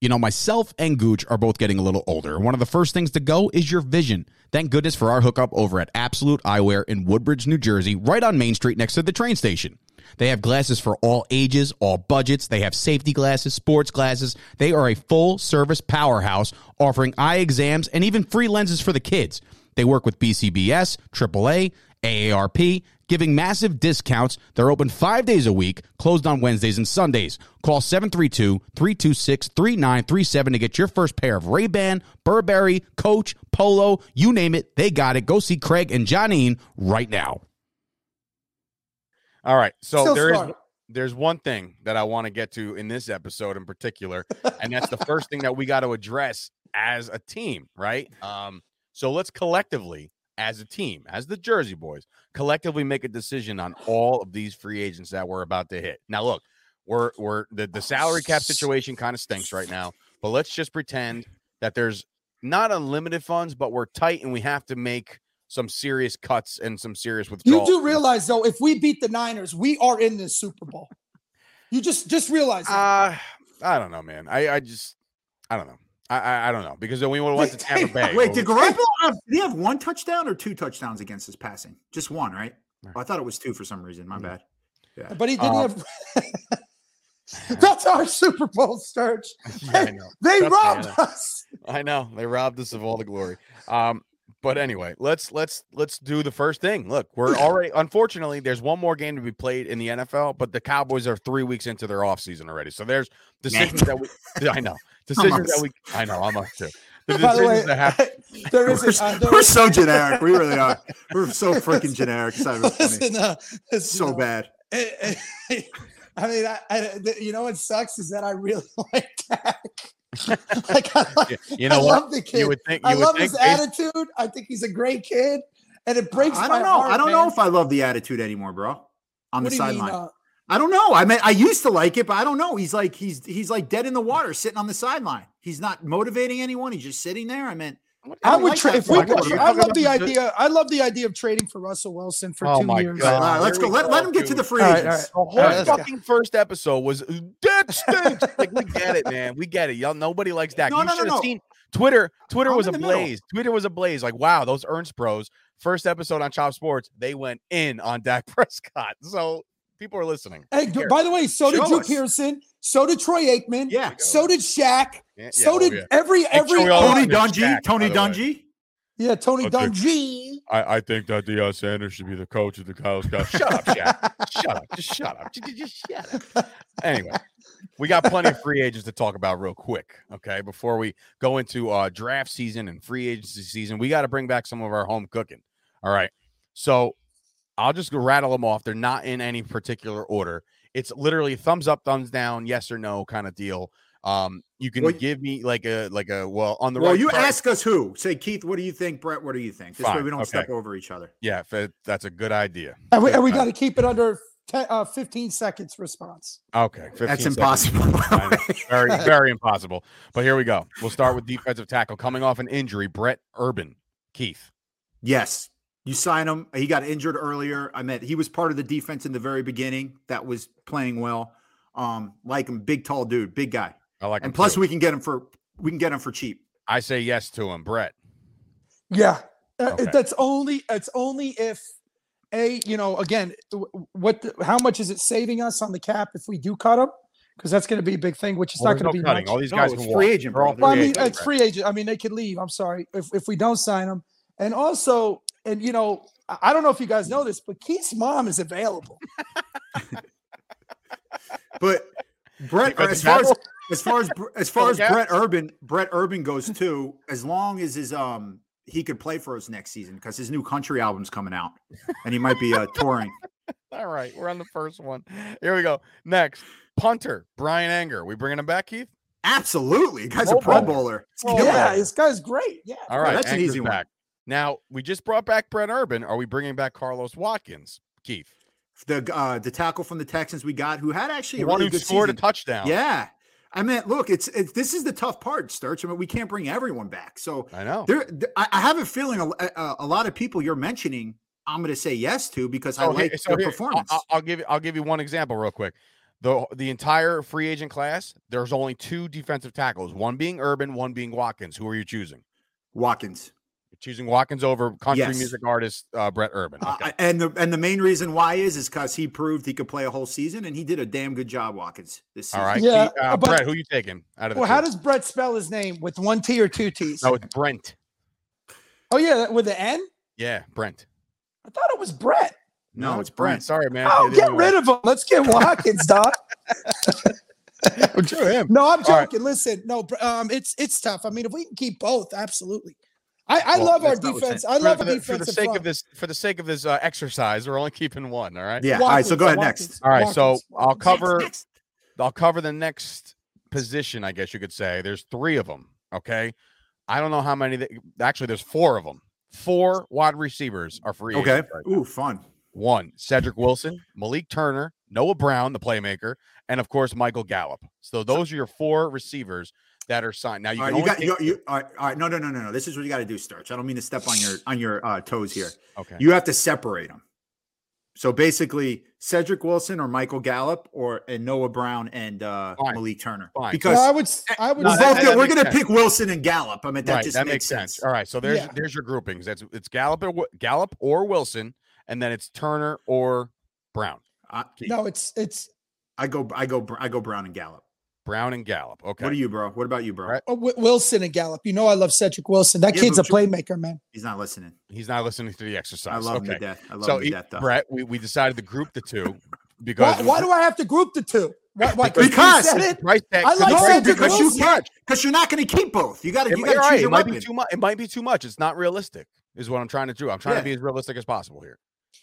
F: You know, myself and Gooch are both getting a little older. One of the first things to go is your vision. Thank goodness for our hookup over at Absolute Eyewear in Woodbridge, New Jersey, right on Main Street next to the train station. They have glasses for all ages, all budgets. They have safety glasses, sports glasses. They are a full service powerhouse offering eye exams and even free lenses for the kids. They work with BCBS, AAA, AARP, giving massive discounts. They're open five days a week, closed on Wednesdays and Sundays. Call 732 326 3937 to get your first pair of Ray Ban, Burberry, Coach, Polo, you name it. They got it. Go see Craig and Johnine right now.
C: All right. So
D: Still
C: there is
D: smart.
C: there's one thing that I want to get to in this episode in particular, and that's the first thing that we got to address as a team, right? Um, so let's collectively, as a team, as the Jersey boys, collectively make a decision on all of these free agents that we're about to hit. Now, look, we're we're the, the salary cap situation kind of stinks right now, but let's just pretend that there's not unlimited funds, but we're tight and we have to make some serious cuts and some serious
D: You
C: withdrawals.
D: do realize though, if we beat the Niners, we are in the Super Bowl. You just just realize that.
C: Uh, I don't know, man. I, I just, I don't know. I, I, I don't know because then we would have went to Tampa Bay.
E: Wait,
C: Well,
E: did Garoppolo have, did he have one touchdown or two touchdowns against his passing? Just one, right? Oh, I thought it was two for some reason. My bad.
D: but he didn't
C: uh,
D: have. [laughs] That's our Super Bowl search.
C: [laughs] yeah, I know.
D: They
C: Trust me, I
D: robbed
C: know.
D: us.
C: I know they robbed us of all the glory. Um, but anyway, let's let's let's do the first thing. Look, we're already unfortunately there's one more game to be played in the NFL, but the Cowboys are three weeks into their offseason already. So there's decisions that we [laughs] I know decisions that
E: us.
C: we I know I'm up to the
D: By the
C: decisions
D: way,
C: that
D: [laughs]
C: have
D: there
E: We're,
D: is a- uh, there
E: we're
D: is- [laughs]
E: so generic. We really are. We're so freaking generic. It's
D: [laughs]
E: not even funny.
D: Listen, uh,
E: It's so
D: listen, uh,
E: bad.
D: [laughs] I mean, I, I, the- you know what sucks is that I really [laughs] like Dak. [laughs] like, I, like,
C: you know
D: I
C: what
D: love the kid.
C: you would think you
D: I
C: would
D: love
C: think
D: his
C: based-
D: attitude. I think he's a great kid, and it breaks my
E: I don't know.
D: heart.
E: I don't
D: man.
E: know if I love the attitude anymore, bro. On
D: What
E: the
D: do you mean,
E: sideline.
D: uh,
E: I don't know. I mean, I used to like it, but I don't know. He's like he's he's like dead in the water, sitting on the sideline. He's not motivating anyone. He's just sitting there. I meant
D: I
E: don't
D: would
E: like
D: trade
E: that
D: if we.
E: fucking
D: Could,
E: dude.
D: I love the idea. I love the idea of trading for Russell Wilson for
C: Oh
D: two
C: my
D: years.
C: God.
E: all right, uh, let's
C: here
E: go.
C: we
E: Let, let
C: go,
E: him get to
C: dude.
D: All
E: the free
D: right, all
E: agents.
D: right.
C: The whole
D: All right, let's go.
C: fucking first episode was that stinks. like we get it, man. We get it. Y'all nobody likes that.
E: No,
C: you
E: no, no,
C: should have
E: no.
C: seen Twitter. Twitter
E: I'm
C: was
E: in the middle.
C: ablaze. Twitter was ablaze. Like, wow, those Ernst Bros. First episode on Chop Sports, they went in on Dak [laughs] Prescott. So people are listening.
D: Hey, d- by the way, so did
E: Show
D: Drew
E: us.
D: Pearson. So did Troy Aikman.
E: Yeah.
D: So did Shaq.
C: Yeah, yeah,
D: So
C: oh,
D: did
C: yeah.
D: every every.
C: Troy Aikman.
E: Tony
C: Oh,
E: Dungy.
C: Jack,
E: Tony
C: by the
E: Dungy.
D: yeah, Tony
C: Okay.
D: Dungy.
C: I, I think that Deion Sanders should be the coach of the Cowboys. Shut up, Shaq. [laughs] shut up. Just shut up. Just, just [laughs] shut up. Anyway, we got plenty of free agents to talk about real quick. Okay. Before we go into uh, draft season and free agency season, we got to bring back some of our home cooking. All right. So I'll just go rattle them off. They're not in any particular order. It's literally thumbs up, thumbs down, yes or no kind of deal. Um, you can
E: Well, y-
C: give me like a like a well on the
E: Well,
C: right
E: you
C: part-
E: ask us who. Say Keith, what do you think? Brett, what do you think? This way
C: Fine,
E: we don't
C: okay.
E: step over each other.
C: yeah, fa- that's a good idea.
D: And we,
C: Good
D: and we
C: idea.
D: got to keep it under 10, uh, 15 seconds response.
C: Okay, 15
E: That's
C: seconds.
E: impossible.
C: I know. [laughs] very, very impossible. But here we go. We'll start with defensive tackle coming off an injury. Brett Urban, Keith.
E: [laughs] Yes. You sign him. He got injured earlier. I meant he was part of the defense in the very beginning that was playing well. Um, like him, big tall dude, big guy.
C: I like him
E: And plus
C: too.
E: we can get him for we can get him for cheap.
C: I say yes to him. Brett.
D: Yeah, Uh,
C: Okay.
D: that's only it's only if a you know again w- w- what the, how much is it saving us on the cap if we do cut him because that's going to be a big thing, which is
C: Well,
D: not
C: there's
D: going
C: no
D: to
C: cutting.
D: be much.
C: All these
E: No,
C: guys
E: it's
C: can
E: free
C: walk.
E: agent,
C: They're all
E: Brett.
D: Well, I
C: free
D: mean,
C: agents, Brett.
D: it's free agent. I mean, they could leave. I'm sorry if if we don't sign them. And also, and you know, I I don't know if you guys know this, but Keith's mom
C: [laughs]
D: is available.
E: But Brett,
C: Defensive
E: as far as
C: tackle?
E: as far as Br- as far as
C: Yeah.
E: Brett Urban, Brett Urban goes too, as long as his um he could play for us next season because his new country album's coming out and he might be uh touring.
C: All right, we're on the first one. Here we go. Next, punter Brian Anger. We bringing him back, Keith?
E: Absolutely. The guy's a
C: Pro
E: pro
C: Bowler.
E: bowler.
C: Pro
E: Skill
D: yeah,
C: Bowler.
E: guy.
D: this guy's great. Yeah,
C: All right,
E: that's an
C: Anger's
E: easy one.
C: back. Now we just brought back Brett Urban. Are we bringing back Carlos Watkins, Keith?
E: the uh the tackle from the Texans we got who had actually
C: The
E: a
C: one
E: really
C: who
E: good
C: scored
E: season.
C: a touchdown.
E: Yeah. I mean, look, it's, it's this is the tough part, Sturch. I mean, we can't bring everyone back. So
C: I know.
E: there, th- I I have a feeling a, a, a lot of people you're mentioning, I'm going to say yes to because I
C: So here-
E: like
C: Oh, so uh,
E: their
C: here, I'll-
E: performance.
C: I'll, I'll give you. I'll give you one example real quick. The the entire free agent class. There's only two defensive tackles. One being Urban. One being Watkins. Who are you choosing?
E: Watkins.
C: You're choosing Watkins over country
E: Yes.
C: music artist uh, Brett Urban. Okay.
E: Uh, and the and the main reason why is is because he proved he could play a whole season, and he did a damn good job, Watkins, this season.
C: All right.
D: Yeah,
C: He- uh,
D: but-
C: Brett, who you taking out of the
D: Well, how
C: two?
D: does Brett spell his name with one T or two T's?
C: No, it's Brent.
D: Oh yeah, with an N.
C: Yeah, Brent.
D: I thought it was Brett.
E: No, it's
C: Brent.
E: Brent.
C: Sorry, man.
D: Oh, get rid of him. Let's get Watkins, Doc.
C: of him.
D: No, I'm
C: [laughs] All right.
D: joking. Listen, no, br- um, it's it's tough. I mean, if we can keep both, absolutely. I, I
E: Well,
D: love our
E: that's not what's
D: defense.
E: in-
D: I love
C: for
D: our
C: the,
D: defense.
C: for the sake of this, for the sake of this uh, exercise, we're only keeping one. All right.
E: Yeah. All right. So go ahead next.
C: All right, so I'll cover- I'll cover the next position, I guess you could say. There's three of them. Okay. I don't know how many. That, actually, there's four of them. Four wide receivers are free.
E: Okay.
C: agents right now.
E: Ooh, fun.
C: One, Cedric Wilson, Malik Turner, Noah Brown, the playmaker, and of course, Michael Gallup. So those are your four receivers that are signed. Now you
E: All
C: can
E: right, you
C: only
E: got
C: take-
E: you, you all right, all right. No, no, no, no, no. This is what you got to do, Sturch. I don't mean to step on your on your uh, toes here.
C: okay.
E: You have to separate them. So basically, Cedric Wilson or Michael Gallup or and Noah Brown and uh,
C: Fine.
E: Malik Turner
C: Fine.
E: because
D: No, I would. s- I would.
E: we're,
C: No,
D: say-
C: that-
E: both
C: that-
E: gonna-
C: that
E: we're
C: makes
E: gonna
C: sense.
E: pick Wilson and Gallup. I mean, that
C: right,
E: just
C: that
E: makes
C: makes
E: sense.
C: sense. All right, so there's
D: Yeah.
C: there's your groupings. That's it's Gallup or Wi- Gallup or Wilson, and then it's Turner or Brown.
E: I,
D: no, it's it's.
E: I go, I go, I go Brown and Gallup.
C: Brown and Gallup. Okay.
E: What are you, bro? What about you, bro?
C: All right.
D: Oh, Wi- Wilson and Gallup. You know, I love Cedric Wilson. That
E: Yeah,
D: kid's a
E: but you-
D: playmaker, man.
E: He's not listening.
C: He's not listening to the exercise.
E: I love him
C: okay.
E: to death. I love
C: so
E: him to
C: e-
E: death. Though.
C: Brett, we, we decided to group the
E: [laughs]
C: two because
D: Why, why do I have to group the two? Why, why, 'cause you
E: Because-
D: said it?
C: price tag?
D: I
C: the
D: like
C: price
D: Cedric
C: tag is
E: because
C: too
E: you
D: Wilson.
C: much.
E: can't, because you're not going to keep both. You got to,
C: It,
E: you
C: you're
E: got to
C: right,
E: choose
C: it
E: your
C: might
E: weapon.
C: be too much. It might be too much. It's not realistic. Is what I'm trying to do. I'm trying
E: Yeah.
C: to be as realistic as possible here.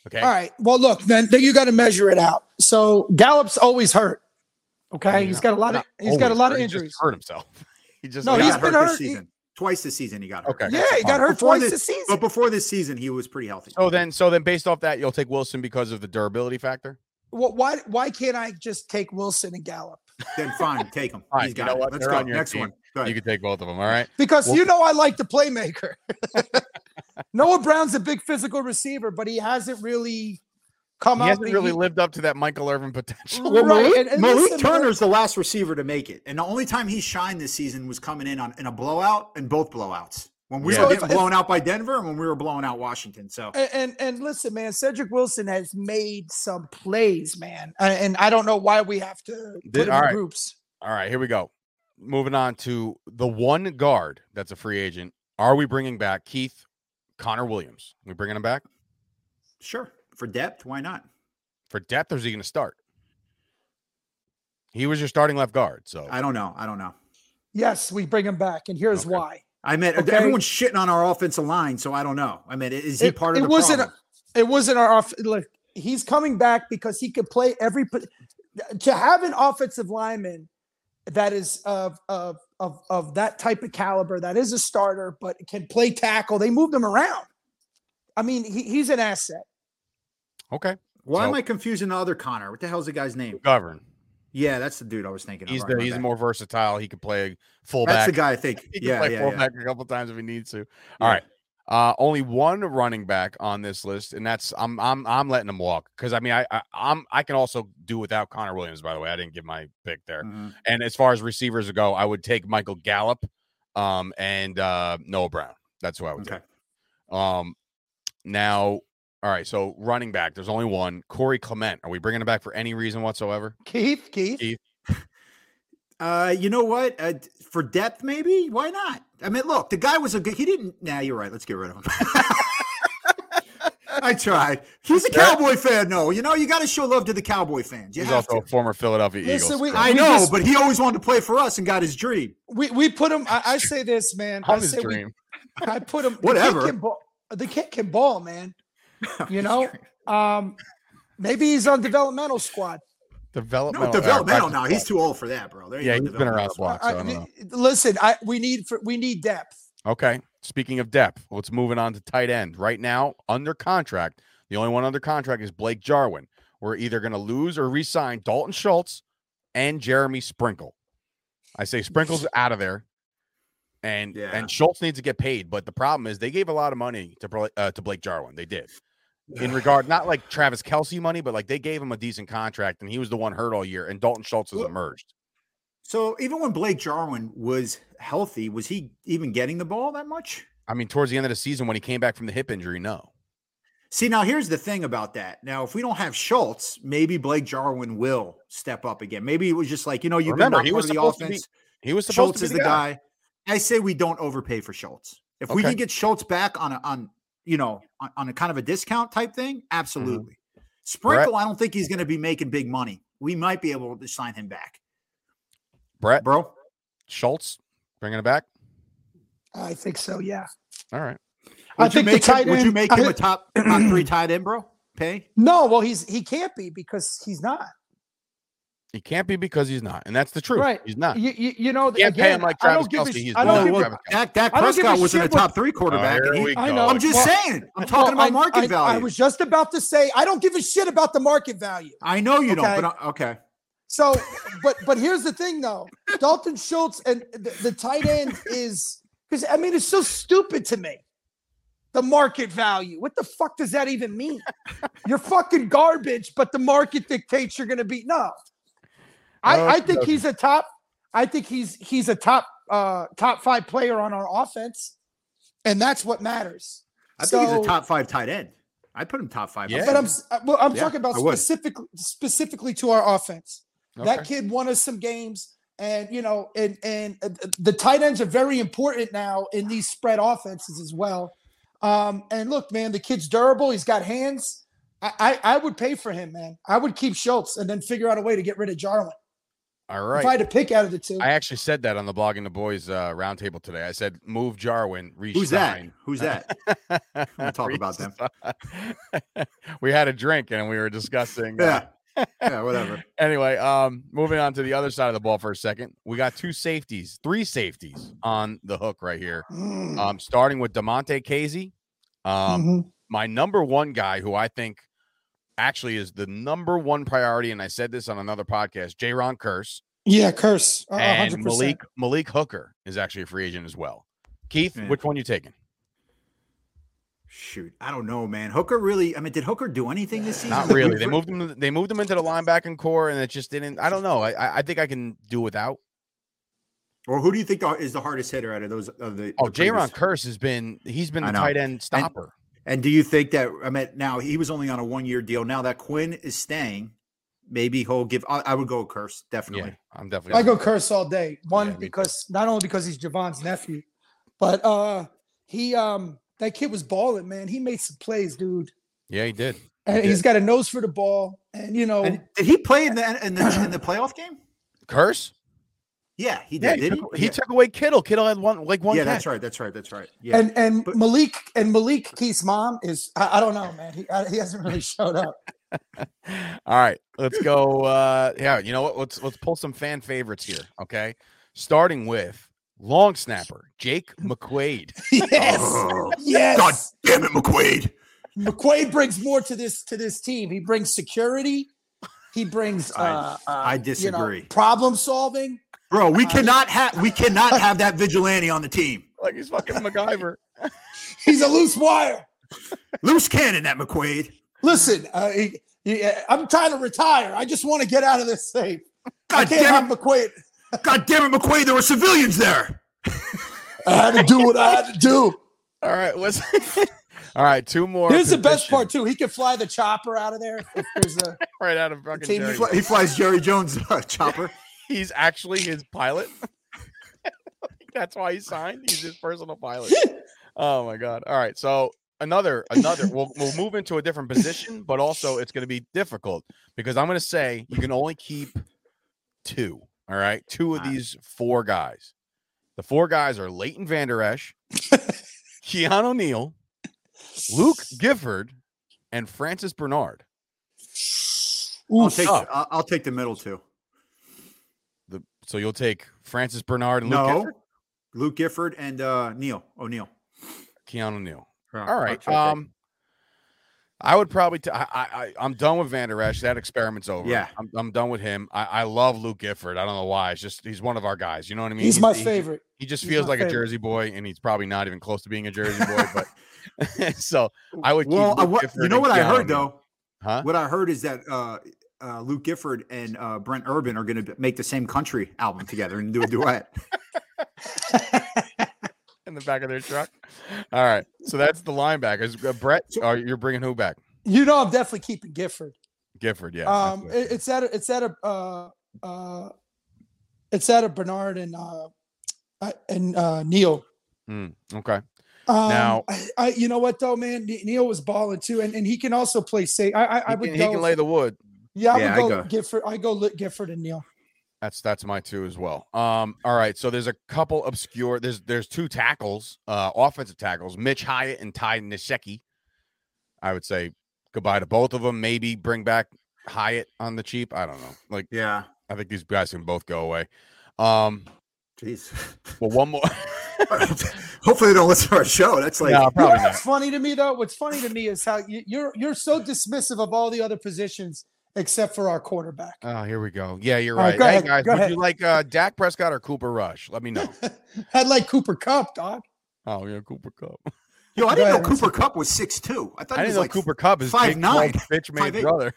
C: Okay.
D: All right. Well, look, then, then you got to measure it out. So Gallup's always hurt. Okay, he's got a lot of
C: Oh, Not
D: he's got a
C: always,
D: lot
C: but
D: of
C: he just
D: injuries.
C: hurt himself. [laughs] He just
D: No,
E: He
C: got
D: he's
E: got
D: been
E: hurt
D: hurt.
E: this
D: He-
E: season. Twice this season he got hurt.
C: Okay.
D: Yeah, he got hurt
E: Before
D: twice
E: this-
D: this season.
E: But before this season, he was pretty healthy.
C: So then, so then, based off that, you'll take Wilson because of the durability factor.
D: Well, why why can't I just take Wilson and Gallup?
E: then fine, take him.
C: All right,
E: He's
C: you
E: got
C: know
E: it.
C: what?
E: Let's
C: They're
E: go.
C: on your
E: Next
C: team.
E: one.
C: You
E: Go ahead.
C: can take both of them. All right.
D: Because
C: Well-
D: you know I like the playmaker. [laughs] Noah Brown's a big physical receiver, but he hasn't really come
C: He
D: out.
C: hasn't
D: with-
C: really
D: he-
C: lived up to that Michael Irvin potential.
E: Well,
D: Right,
E: Malik,
D: and- and
E: Malik
D: listen,
E: Turner's the last receiver to make it, and the only time he shined this season was coming in on in a blowout and both blowouts when we
C: Yeah.
E: were
D: So
E: getting
D: if- if-
E: blown out by Denver and when we were blowing out Washington. So
D: and, and and listen, man, Cedric Wilson has made some plays, man, A- and I don't know why we have to
C: Did-
D: put him
C: all
D: in
C: right.
D: groups.
C: All right, here we go. Moving on to the one guard that's a free agent. Are we bringing back Keith Connor Williams? we bringing him back
E: sure, for depth, why not?
C: for depth, or is he going to start? He was your starting left guard, so
E: I don't know. I don't know.
D: Yes, we bring him back, and here's
C: Okay.
D: why.
E: I mean,
D: Okay.
E: everyone's shitting on our offensive line, so I don't know. I mean, is he
D: It-
E: part
D: it
E: of the
D: wasn't-
E: problem?
D: It wasn't our off. Look, he's coming back because he could play every. po- To have an offensive lineman that is of of of of that type of caliber, that is a starter, but can play tackle. They moved him around. I mean, he, he's an asset.
C: okay.
E: Why am
C: So-
E: I confusing the other Connor? What the hell's the guy's name?
C: Govern.
E: Yeah, that's the dude I was thinking. of.
C: He's
E: All right,
C: the
E: my
C: he's
E: bad.
C: more versatile. He could play
E: That's
C: fullback.
E: the guy I think.
C: He can
E: yeah,
C: play
E: yeah, yeah.
C: fullback a couple times if he needs to. All
E: Yeah.
C: right. Uh, only one running back on this list, and that's I'm I'm I'm letting him walk because I mean I, I I'm I can also do without Connor Williams. By the way, I didn't give my pick there.
E: Mhm.
C: And as far as receivers go, I would take Michael Gallup, um, and uh, Noah Brown. That's who I would
E: Okay.
C: take. Um, now, all right. So running back, there's only one. Corey Clement. Are we bringing him back for any reason whatsoever?
D: Keith, Keith.
C: Keith.
E: Uh, you know what? Uh, d- for depth, maybe. Why not? I mean, look, the guy was a good. He didn't. Nah, you're right. Let's get rid of him. [laughs] I tried. He's a Cowboy fan, no. You know, you got to show love to the Cowboy fans. You
C: He's
E: have
C: also a
E: to.
C: former Philadelphia
D: Listen,
C: Eagles.
D: we-
C: so-
E: I
D: we
E: know,
D: just-
E: but he always wanted to play for us and got his dream.
D: We we put him. I, I say this, man. I
C: on his
D: say we,
C: dream.
D: I
C: [laughs]
D: put him. The
E: Whatever.
D: kid can ball, the kid can ball man. You know, um, maybe he's on developmental squad.
C: Developmental.
E: No,
C: or
E: developmental.
C: practice
E: Now
C: squad.
E: he's too old for that, bro. There you
C: Yeah,
E: go,
C: he's been around
E: developmental.
C: a while, so
D: I-
C: I don't know.
D: I- listen, I we need for, we need depth.
C: Okay. Speaking of depth, let's moving on to tight end. Right now, under contract, the only one under contract is Blake Jarwin. We're either going to lose or re-sign Dalton Schultz and Jeremy Sprinkle. I say
E: [laughs]
C: Sprinkle's out of there, and
E: Yeah.
C: and Schultz needs to get paid. But the problem is they gave a lot of money to Bla- uh, to Blake Jarwin. They did.
E: [sighs]
C: In regard, not like Travis Kelsey money, but like they gave him a decent contract, and he was the one hurt all year. And Dalton Schultz has
E: Well,
C: emerged.
E: So even when Blake Jarwin was healthy, was he even getting the ball that much?
C: I mean, towards the end of the season when he came back from the hip injury, no.
E: See, now here's the thing about that. Now, if we don't have Schultz, maybe Blake Jarwin will step up again. Maybe it was just like, you know, you've
C: Remember,
E: been
C: he
E: not
C: was
E: part of the
C: supposed to be-
E: offense.
C: He was supposed
E: Schultz
C: to be
E: is the guy. I say we don't overpay for Schultz. If we
C: Okay.
E: can get Schultz back on a on you know on, on a kind of a discount type
D: Mm-hmm.
E: thing, absolutely. Sprinkle, I don't think he's going to be making big money. We might be able to sign him back,
C: Brett
E: bro.
C: Schultz bringing it back.
D: I think so. Yeah.
C: All right.
D: I
E: Would you
D: think the
E: make him,
D: tight
E: would you
D: end-
E: make
D: I
E: him a
D: think-
E: top top
D: [clears throat]
E: three tight end, bro? Pay
D: No, well, he's he can't be because he's not
C: He can't be because he's not, and that's the truth.
D: right.
C: He's not.
D: You, you, you know,
C: You can't
D: again,
C: pay him like
D: I
C: Travis
D: don't give
C: Kelce.
D: a,
C: He's
D: sh-
C: better
D: I don't
C: than
D: give a-
C: Travis Kelce.
E: Dak, Dak
D: I don't give a
E: Prescott was in a
D: shit what-
E: top three quarterback.
C: Oh, here
E: and he-
C: we
D: I
C: go.
D: know.
E: I'm just
D: Well,
E: saying. I'm talking
D: Well,
E: about market
D: I,
E: value.
D: I was just about to say I don't give a shit about the market value.
E: I know you
D: Okay.
E: don't, but I, okay.
D: So, but but here's the thing though, Dalton Schultz and the, the tight end is because I mean it's so stupid to me. The market value. What the fuck does that even mean? You're fucking garbage, but the market dictates you're gonna be no. I, I think he's a top. I think he's he's a top uh top five player on our offense, and that's what matters.
E: I think he's
D: So-
E: a top five tight end. I put him top five.
C: Yeah.
D: But I'm s- uh, well, I'm
C: Yeah,
D: talking about
E: I would.
D: specifically specifically to our offense. That
C: Okay.
D: kid won us some games, and you know, and and uh, the tight ends are very important now in these spread offenses as well. Um, and look, man, the kid's durable. He's got hands. I, I I would pay for him, man. I would keep Schultz and then figure out a way to get rid of Jarwin.
C: All
D: If I
C: right.
D: had to pick out of the two,
C: I actually said that on the blog and the boys uh, roundtable today. I said move Jarwin. Reece [laughs]
E: Who's that?
C: Stein.
E: [laughs] Who's that? We'll talk about them.
C: them. [laughs] we had a drink and we were discussing. uh,
E: Yeah. Yeah, whatever.
C: anyway, um, moving on to the other side of the ball for a second. We got two safeties, three safeties on the hook right here.
E: Hmm.
D: Mm,
C: Um, starting with Demonte Casey. Um,
D: mhm.
C: my number one guy who I think actually is the number one priority, and I said this on another podcast, J. Ron Curse
D: yeah, curse.
E: Oh,
D: Uh,
C: and
D: 100%.
C: Malik Malik Hooker is actually a free agent as well. Keith,
E: Yeah.
C: which one you
E: [laughs]
C: taking?
E: Shoot, I don't know, man. Hooker really. I mean, did Hooker do anything this season?
C: Not
E: that we
C: really. They
E: fr-
C: moved them. to- They moved them into the linebacking core, and it just didn't. I don't know. I- I I think I can do without.
E: Or who do you think the- is the hardest hitter out of those? Of the
C: Oh,
E: the previous-
C: Jaron Curse has been he's been
E: I
C: the
E: know.
C: tight end stopper.
E: And do you think that? I mean, now he was only on a one-year deal. Now that Quinn is staying, maybe he'll give. I, I would go curse definitely.
C: yeah, I'm definitely.
D: I go curse all day. One
C: me too.
D: because not only because he's Javon's nephew, but uh he um that kid was balling, man. He made some plays, dude.
C: Yeah, he did.
D: And
C: did.
D: he's got a nose for the ball. And you know,
E: And did he play in the in the, in the playoff game?
C: Curse.
E: Yeah, he
C: Yeah,
E: did.
C: he,
E: did
C: took,
E: he?
C: he
E: yeah.
C: took away Kittle. Kittle had one like one.
E: yeah,
C: catch.
E: that's right. That's right. That's right. Yeah.
D: and and
E: but-
D: Malik and Malik Keith's mom is I, I don't know, man. He I, he hasn't really showed
E: [laughs]
D: up.
C: All right, [laughs] let's go. Uh, yeah, you know what? Let's let's pull some fan favorites here. Okay, starting with long snapper Jake McQuaid.
D: yes,
E: Oh, God
D: yes.
E: damn it, McQuaid.
D: McQuaid brings more to this to this team. He brings security. He brings. Uh,
E: I-
D: uh,
E: I
D: you know,
E: disagree.
D: problem solving.
E: Bro, we
D: Uh,
E: cannot have we cannot have that vigilante on the team.
C: [laughs] like he's fucking MacGyver.
D: He's a loose wire.
E: Loose cannon, that McQuaid.
D: Listen, uh, he- he- uh, I'm trying to retire. I just want to get out of this thing. I
E: God
D: can't
E: damn it,
D: have McQuaid.
E: God damn it, McQuaid. There were civilians there.
D: I had to do what I had to do.
C: [laughs] All right, let's. [laughs] All right, two more.
D: Here's the best
C: position
D: part too. He can fly the chopper out of there. If there's a,
C: right out of fucking.
D: Team
E: He,
C: Jerry.
E: fl- he flies Jerry Jones uh, chopper.
C: He's actually his pilot. [laughs] That's why he signed. He's his personal pilot. Oh my god! All right, so another another. We'll we'll move into a different position, but also it's going to be difficult because I'm going to say you can only keep two. All right, two of
E: Ah.
C: these four guys. The four guys are Leighton Vander Esch, Keanu Neal, Luke Gifford, and Francis Bernard.
E: I'll take,
C: suck.
E: I'll, I'll take the middle two.
C: The, so you'll take Francis Bernard and Luke
E: no,
C: Gifford,
E: Luke Gifford and uh, Neil O'Neal.
C: Keanu Neal.
E: Uh,
C: All
E: I'll
C: right.
E: take it.
C: Um, I would probably. T- I, I I- I'm done with Van Der Esch. That experiment's over.
E: Yeah.
C: I'm, I'm done with him. I, I love Luke Gifford. I don't know why. It's just he's one of our guys. You know what I mean?
D: he's my
C: he-
D: favorite.
C: He just
D: He's
C: feels
D: my
C: like a
D: favorite.
C: Jersey boy, and he's probably not even close to being a Jersey boy.
D: [laughs]
C: But [laughs] so I would.
E: well,
C: keep
E: I,
C: Luke
E: what,
C: Gifford
E: you know
C: and
E: what I
C: Keanu
E: heard
C: Neal.
E: though.
C: Huh?
E: What I heard is that uh, uh, Luke Gifford and uh, Brent Urban are
C: [laughs]
E: going to make the same country album together and do a duet.
C: in the back of their truck. All right, so that's the linebackers. Uh, Brett, are you're bringing who back?
D: You know, I'm definitely keeping Gifford.
C: Gifford, yeah.
D: Um,
C: absolutely.
D: it, it's at a, it's at a uh, uh, it's at a Bernard and uh, uh, and uh, Neil.
C: Mm, okay,
D: Um,
C: Now-
D: I, I, you know what though, man, Ne- Neil was balling too, and, and he can also play safe. I I, I
C: he,
D: would
C: can, he
D: go,
C: can lay the wood.
D: yeah, I
E: Yeah, I
D: would go,
E: go-
D: Gifford. I go Li- Gifford and Neil.
C: That's that's my two as well. Um, all right. So there's a couple obscure. There's there's two tackles, uh, offensive tackles, Mitch Hyatt and Ty Nisecki. I would say goodbye to both of them. Maybe bring back Hyatt on the cheap. I don't know. Like
E: Yeah.
C: I think these guys can both go away. Um,
E: Jeez.
C: well, one more. [laughs]
E: [laughs] Hopefully they don't listen to our show. That's like
C: no,
D: You know
C: probably not.
D: what's funny to me though? What's funny to me is how you, you're you're so dismissive of all the other positions except for our quarterback.
C: Oh, here we go. Yeah, you're
D: All right,
C: right.
D: go
C: hey
D: ahead,
C: guys,
D: go
C: would
D: ahead.
C: you like uh, Dak Prescott or Cooper Rush? Let me know.
D: I'd like Cooper Cup, dog.
C: [laughs] oh yeah, Cooper Cup.
E: yo, I
D: Go
E: didn't know
D: ahead, Rince.
E: Cooper Cup was six two. I thought
C: I
E: he
C: didn't
E: was
C: know
E: like
C: Cooper Cup is big,
E: 5'9".
C: twelve, bitch made
E: 5'8".
C: brother.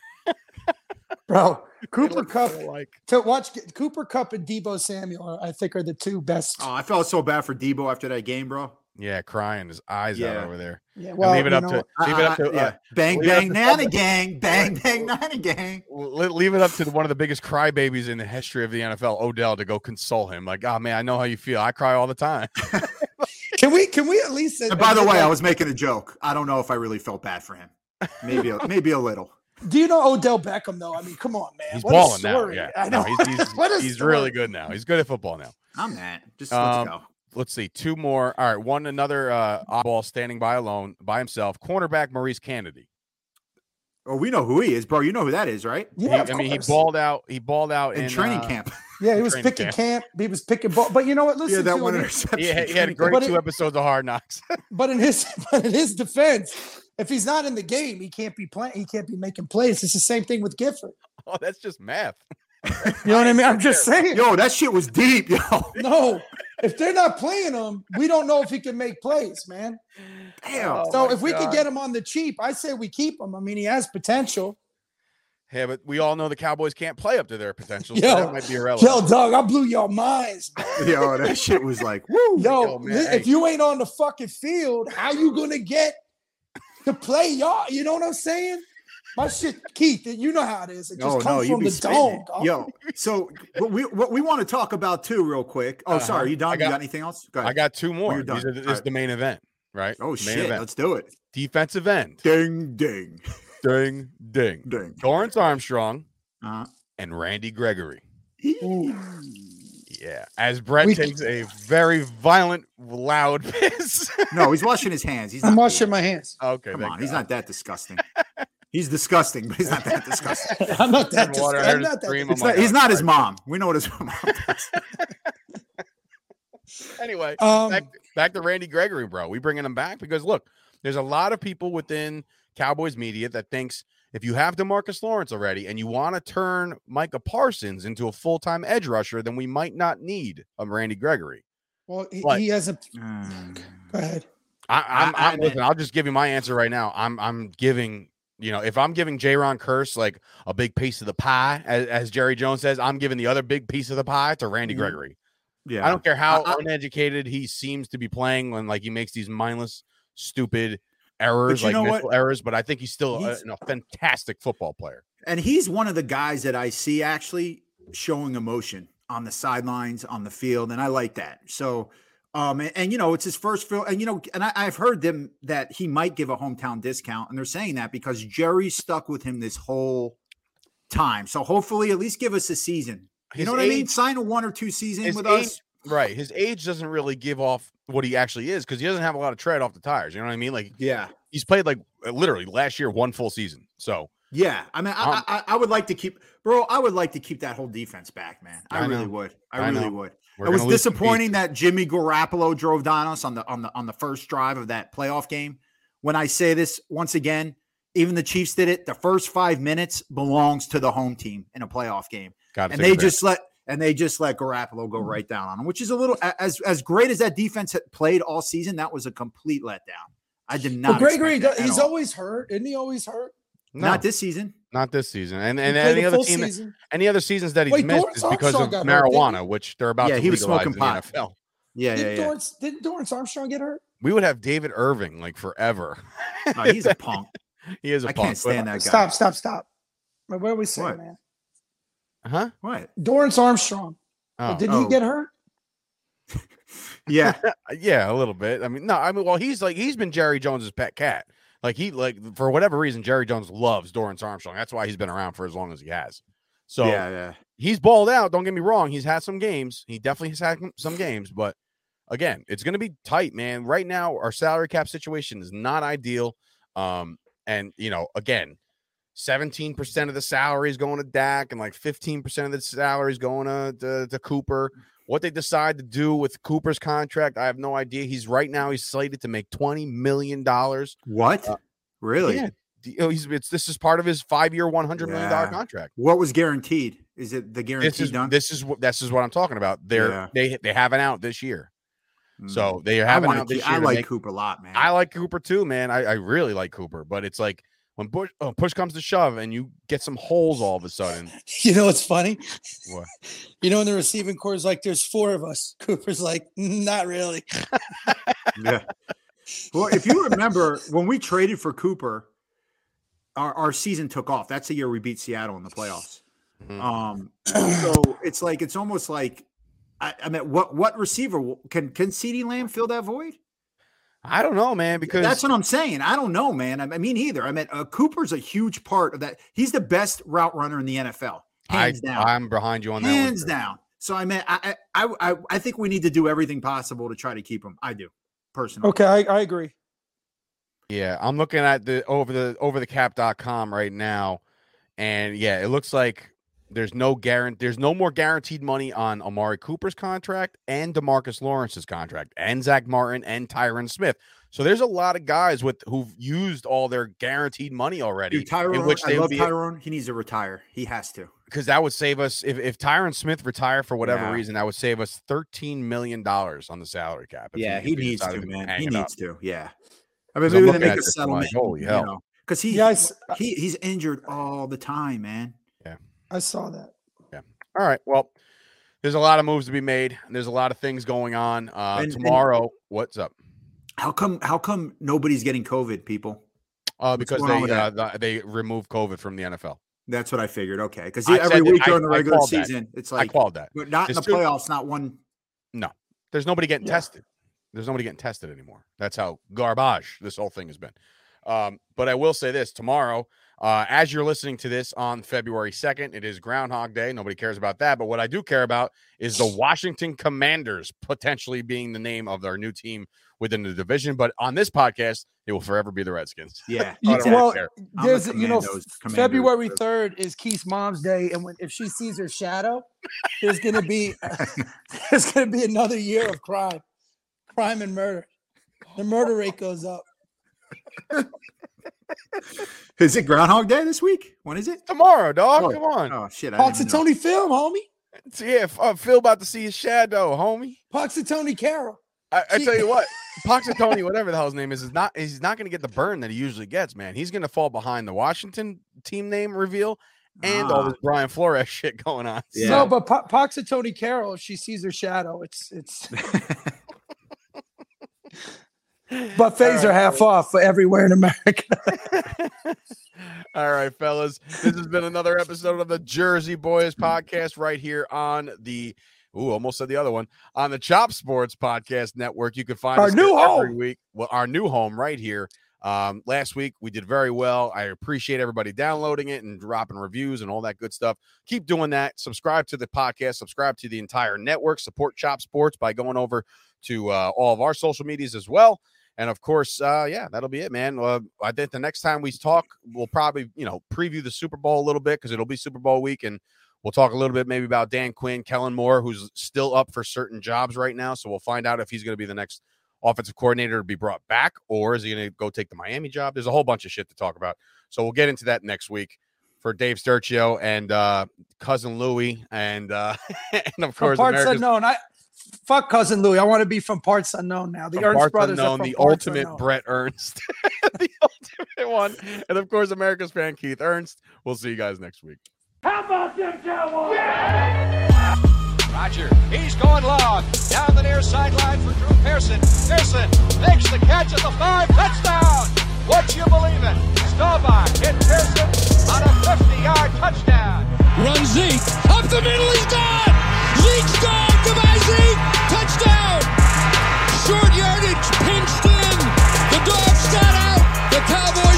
D: Bro, Cooper Cup
C: Like
D: to watch Cooper Cup and Debo Samuel, are, I think, are the two best.
E: Oh, I felt so bad for Debo after that game, bro.
C: yeah, crying his eyes
E: Yeah.
C: out over there.
D: yeah,
C: And leave it
D: you
C: up
D: know
C: to
D: what?
C: leave it up
E: Uh,
C: to
E: yeah.
C: uh,
E: bang
C: leave it up
E: bang
C: to
E: nana
C: somebody. [laughs]
E: gang, bang bang nana gang.
C: le- leave it up to the- one of the biggest crybabies in the history of the NFL, Odell, to go console him. Like, oh man, I know how you feel. I cry all the time. [laughs]
D: Can we can we at least?
E: And by the way, I was making a joke. I don't know if I really felt bad for him. Maybe a, maybe a little.
D: Do you know Odell Beckham though? I mean, come on, man.
C: He's
D: What a
C: balling now.
D: story.
C: Yeah,
D: I know.
C: No, he's he's,
D: [laughs] What a
C: he's
D: story.
C: really good now. He's good at football now.
E: I'm not. Just
C: Um,
E: let's go.
C: Let's see, two more. All right, one another uh, oddball standing by alone by himself. Cornerback Maurice Kennedy.
E: Oh, we know who he is, bro. You know who that is, right?
C: He-
D: Yeah, of
C: I mean, he
D: course.
C: balled out. He balled out
E: In
C: in
E: training
C: uh,
E: camp. [laughs]
D: Yeah, he was
C: training
D: picking
C: camp.
D: camp. He was picking ball. But you know what? Listen
E: Yeah, that
D: to
E: one
D: him. [laughs]
E: interception.
C: He had, he
E: in
C: had
E: training camp.
C: great
D: But
C: two
D: it-
C: episodes of Hard Knocks. [laughs]
D: But in his [laughs] but in his defense, if he's not in the game, he can't be playing. He can't be making plays. It's the same thing with Gifford.
C: oh, that's just math.
D: You know what I mean? I'm just saying.
E: Yo, that shit was deep, [laughs] yo.
D: No, if they're not playing him, we don't know if he can make plays, man.
E: Damn.
C: Oh
D: So if we could get him on the cheap, I say we keep him. I mean, he has potential.
C: Yeah, but we all know the Cowboys can't play up to their potential. So
D: Yo,
C: that might be
E: Oh,
C: irrelevant.
D: Yo, dog, I blew your
E: [laughs]
D: minds. man.
E: Yo, that shit was like,
D: Yo,
C: Yo, man,
D: li- if
C: hey.
D: you ain't on the fucking field, how you gonna get to play y'all? You know what I'm saying? My shit, Keith, you know how it is. It just
E: oh no,
D: comes
E: you
D: from
E: be
D: the
E: spitting
D: dome.
E: it.
D: dog.
E: Yo, so what we what we want to talk about too, real quick. Oh,
C: Uh-huh.
E: sorry, you done?
C: I
E: You
C: got-
E: got anything else? Go
C: I
E: ahead.
C: got two more.
E: you're
C: These
E: done.
C: are the,
E: All
C: this is
E: right.
C: the main event, right?
E: Oh
C: Main
E: shit,
C: event.
E: let's do it.
C: Defensive end.
E: Ding, ding,
C: Ding, ding.
E: ding.
C: Lawrence Armstrong
E: Uh,
C: and Randy Gregory.
D: Ooh.
C: Yeah. As Brett
D: We-
C: takes a very violent, loud [laughs]
E: [laughs]
C: piss.
E: no, he's washing his hands. He's not
D: I'm
E: pooping.
D: washing my hands.
C: okay.
E: Come
C: thank
E: on, he's
C: God.
E: not that disgusting. he's disgusting, but he's
C: [laughs]
E: not that disgusting.
D: [laughs] I'm not that.
C: Drinking water, I heard a
D: disgusted. I'm not that.
C: scream.
D: dis-
C: I'm
E: It's
C: like,
E: not- he's
C: "Oh,
E: not his
C: Christ."
E: mom. We know what his [laughs]
C: [laughs]
E: mom does.
C: Anyway,
D: Um,
C: back, back to Randy Gregory, bro. We bringing him back because look, there's a lot of people within Cowboys media that thinks if you have Demarcus Lawrence already and you want to turn Micah Parsons into a full time edge rusher, then we might not need a Randy Gregory.
D: well, he,
C: What?
D: he hasn't.
E: Mm.
D: Go ahead.
C: I, I'm,
E: I-
C: I, am i listen, I'll just give you my answer right now. I'm I'm giving you know if I'm giving Jaron Curse like a big piece of the pie, as, as Jerry Jones says, I'm giving the other big piece of the pie to Randy
E: Mhm.
C: Gregory.
E: Yeah,
C: I don't care how
E: I- I-
C: uneducated he seems to be playing when like he makes these mindless, stupid errors,
E: you
C: like
E: know what?
C: mental errors. But I think he's still a,
E: He's-
C: an- a fantastic football player.
E: and he's one of the guys that I see actually showing emotion on the sidelines, on the field, and I like that. So, um, and, and, you know, it's his first film, and you know, and I, I've heard them that he might give a hometown discount, and they're saying that because Jerry stuck with him this whole time. So hopefully, at least give us a season. You
C: His
E: know what I mean?
C: age-
E: Sign a one or two season
C: his
E: with
C: age-
E: us.
C: Right, his age doesn't really give off what he actually is because he doesn't have a lot of tread off the tires. You know what I mean? Like
E: Yeah.
C: he's played like uh, literally last year one full season. So
E: Yeah, I mean, I,
C: Um,
E: I I would like to keep, bro. I would like to keep that whole defense back, man. I,
C: I
E: really
C: know.
E: would. I,
C: I
E: really
C: know.
E: would.
C: we're
E: it was
C: gonna lose some
E: disappointing that Jimmy Garoppolo drove down us on the on the on the first drive of that playoff game. When I say this once again, even the Chiefs did it. The first five minutes belongs to the home team in a playoff game,
C: pieces. Gotta
E: and
C: take Mm-hmm.
E: they
C: it back.
E: just let and they just let Garoppolo go right down on them, which is a little a- as as great as that defense had played all season. That was a complete letdown. I did not.
D: Well, Gregory,
E: expect that at
D: he's
E: all.
D: always hurt. Isn't he always hurt?
C: no,
E: not this season.
C: not this season. And
D: He
C: and
D: played
C: any
D: a
C: other
D: full
C: team, that-
D: season.
C: any other seasons that he's
D: Wait,
C: missed
D: Dorrance
C: is because
D: Armstrong
C: of
D: got hurt, didn't he?
C: marijuana, which they're about
E: Yeah,
C: to
E: he was
C: legalize
E: smoking
C: in the
E: pot.
C: NFL.
E: Yeah, yeah,
D: didn't,
E: yeah.
D: Dorrance, didn't Dorrance Armstrong get hurt?
C: We would have David Irving like forever. [laughs]
E: No, he's a punk.
C: He is a
E: I
C: punk.
E: can't stand that guy.
D: Stop, stop, stop. Wait, Where are we
E: What?
D: saying, man?
C: Huh?
E: What?
D: Dorrance Armstrong.
C: Oh.
D: Did
E: Oh.
D: he get hurt?
E: Yeah.
C: Uh, Yeah, a little bit. I mean, no, I mean, well, he's like he's been Jerry Jones's pet cat. Like he like for whatever reason, Jerry Jones loves Dorrance Armstrong. That's why he's been around for as long as he has. So
E: yeah, yeah.
C: he's balled out. Don't get me wrong. He's had some games. He definitely has had some games, but again, it's going to be tight, man. Right now, our salary cap situation is not ideal. Um, and you know, again, 17% of the salary is going to Dak and like 15% of the salary is going to, to, to Cooper. What they decide to do with Cooper's contract, I have no idea. He's right now, he's slated to make $20 million.
E: What? really?
C: Uh, Yeah. D- oh, He's, it's, this is part of his five year, $100 million
E: Yeah.
C: contract
E: What was guaranteed? Is it the guaranteed
C: this is
E: dunk?
C: this is what this is what I'm talking about. They're
E: Yeah.
C: they they have an out this year,
E: Mm.
C: so they
E: I,
C: have an
E: wanna
C: out this
E: keep-
C: year.
E: I
C: to
E: like
C: make-
E: Cooper a lot, man.
C: I like Cooper too, man. I, I really like Cooper, but it's like when push, oh, push comes to shove, and you get some holes all of a sudden.
D: [laughs] You know what's funny?
C: What?
D: [laughs] You know, in the receiving core is like, there's four of us. [laughs] Cooper's like, not really.
E: yeah. Well, if you remember when we traded for Cooper, our, our season took off. That's the year we beat Seattle in the playoffs.
C: Mhm.
E: Um, so it's like it's almost like I, I mean, what what receiver will- can can Ceedee Lamb fill that void?
C: I don't know, man, because
E: That's what I'm saying. I don't know, man. I, I mean, either. I mean, uh, Cooper's a huge part of that. He's the best route runner in the NFL,
C: I
E: hands down.
C: I'm behind you on that. one.
E: hands down. So I mean, I, I I I- I think we need to do everything possible to try to keep him. I do, personally.
D: Okay, I, I agree.
C: Yeah, I'm looking at the over the over the cap.com right now, and yeah, it looks like there's no guarant there's no more guaranteed money on Amari Cooper's contract and Demarcus Lawrence's contract and Zach Martin and Tyron Smith. So there's a lot of guys with who've used all their guaranteed money already,
E: Dude, Tyrone,
C: in which
E: I
C: they
E: love
C: would be
E: Tyrone. He needs to retire. He has to.
C: because that would save us if if Tyron Smith retired for whatever
E: Yeah.
C: reason, that would save us thirteen million dollars on the salary cap. if
E: yeah,
C: if
E: he
C: we
E: needs
C: decided
E: to, man.
C: hang
E: He
C: it up.
E: needs to. Yeah. I mean,
C: Because I'm
E: maybe they
C: looking
E: make
C: at
E: a
C: this and I'm like,
E: settlement.
C: holy
E: you
C: hell.
E: know, because he,
D: Yeah, I, s-
E: he he's injured all the time, man.
D: I saw that.
C: All right. Well, there's a lot of moves to be made. and There's a lot of things going on. Uh,
E: And- and-
C: tomorrow, what's up?
E: How come? How come nobody's getting COVID, people?
C: Uh, because
E: going on
C: they
E: with
C: uh, the, they removed COVID from the NFL.
E: That's what I figured. Okay, because
C: I
E: every
C: said that-
E: week
C: I-
E: during the
C: I
E: regular
C: called that.
E: season, it's
C: I
E: like,
C: called that.
E: but not in
C: As
E: the
C: soon-
E: playoffs. Not one.
C: There's nobody getting
D: Yeah.
C: tested. There's nobody getting tested anymore. That's how garbage this whole thing has been. Um, but I will say this tomorrow, uh, as you're listening to this on February 2nd, it is Groundhog Day. Nobody cares about that. But what I do care about is the Washington Commanders potentially being the name of their new team within the division. But on this podcast, it will forever be the Redskins.
E: Yeah.
D: You-
C: I don't
D: well,
C: care.
E: I'm a
D: There's, you know,
E: Commandos- Commandos-
D: February 3rd is Keith's mom's day. And when, if she sees her shadow, there's going
C: [laughs]
D: to be, [laughs] there's going to be another year of crime, crime and murder. The murder rate goes up.
E: Is it Groundhog Day this week? When is it?
C: tomorrow, dog.
E: Oh,
C: Come on.
E: Oh shit! I
D: Parks
E: didn't
D: and Tony
E: even know.
D: film, homie.
C: It's- yeah, if, uh, Phil about to see his shadow, homie.
D: Parks and Tony Carroll.
C: I, I
D: Gee.
C: tell you [laughs] what, Poxitoni, whatever the hell his name is, is not he's not going to get the burn that he usually gets, man. He's going to fall behind the Washington team name reveal and all
E: Ah.
C: this Brian Flores [laughs] shit going on.
E: Yeah.
D: No, but po- Pox and Tony Carroll, if she sees her shadow, it's,
C: [laughs]
D: it's, buffets are half off for everywhere
C: [laughs]
D: in America.
C: All right, fellas. This has been another episode of the Jersey Boys podcast right here on the Ooh, almost said the other one on the Chop Sports Podcast Network. You can find
D: Our
C: us here
D: new
C: every
D: home.
C: week. Well, our new home right here. Um, last week we did very well. I appreciate everybody downloading it and dropping reviews and all that good stuff. Keep doing that. Subscribe to the podcast. Subscribe to the entire network. Support Chop Sports by going over to uh, all of our social medias as well. And of course, uh, yeah, that'll be it, man. Uh, I think the next time we talk, we'll probably, you know, preview the Super Bowl a little bit because it'll be Super Bowl week. And we'll talk a little bit maybe about Dan Quinn, Kellen Moore, who's still up for certain jobs right now. So we'll find out if he's going to be the next offensive coordinator to be brought back or is he going to go take the Miami job? There's a whole bunch of shit to talk about. So we'll get into that next week for Dave Sturcio and uh, cousin Louie. And, uh, [laughs] and of course,
D: from parts
C: America's
D: unknown. I fuck cousin Louie. I want to be from parts unknown now. The
C: from
D: Ernst
C: Parts
D: brothers
C: Unknown,
D: are from
C: the
D: parts
C: ultimate
D: unknown.
C: Brett Ernst, [laughs] the ultimate one, and of course America's fan Keith Ernst. We'll see you guys next week.
B: How about them Cowboys?
G: Roger. He's going long. Down the near sideline for Drew Pearson. Pearson makes the catch at the five. Touchdown! What you believe in? Staubach hit Pearson on a 50-yard touchdown.
H: Run Zeke. Up the middle, he's gone! Zeke's gone! Goodbye, Zeke! Touchdown! Short yardage, pinched in. The dogs got out. The Cowboys.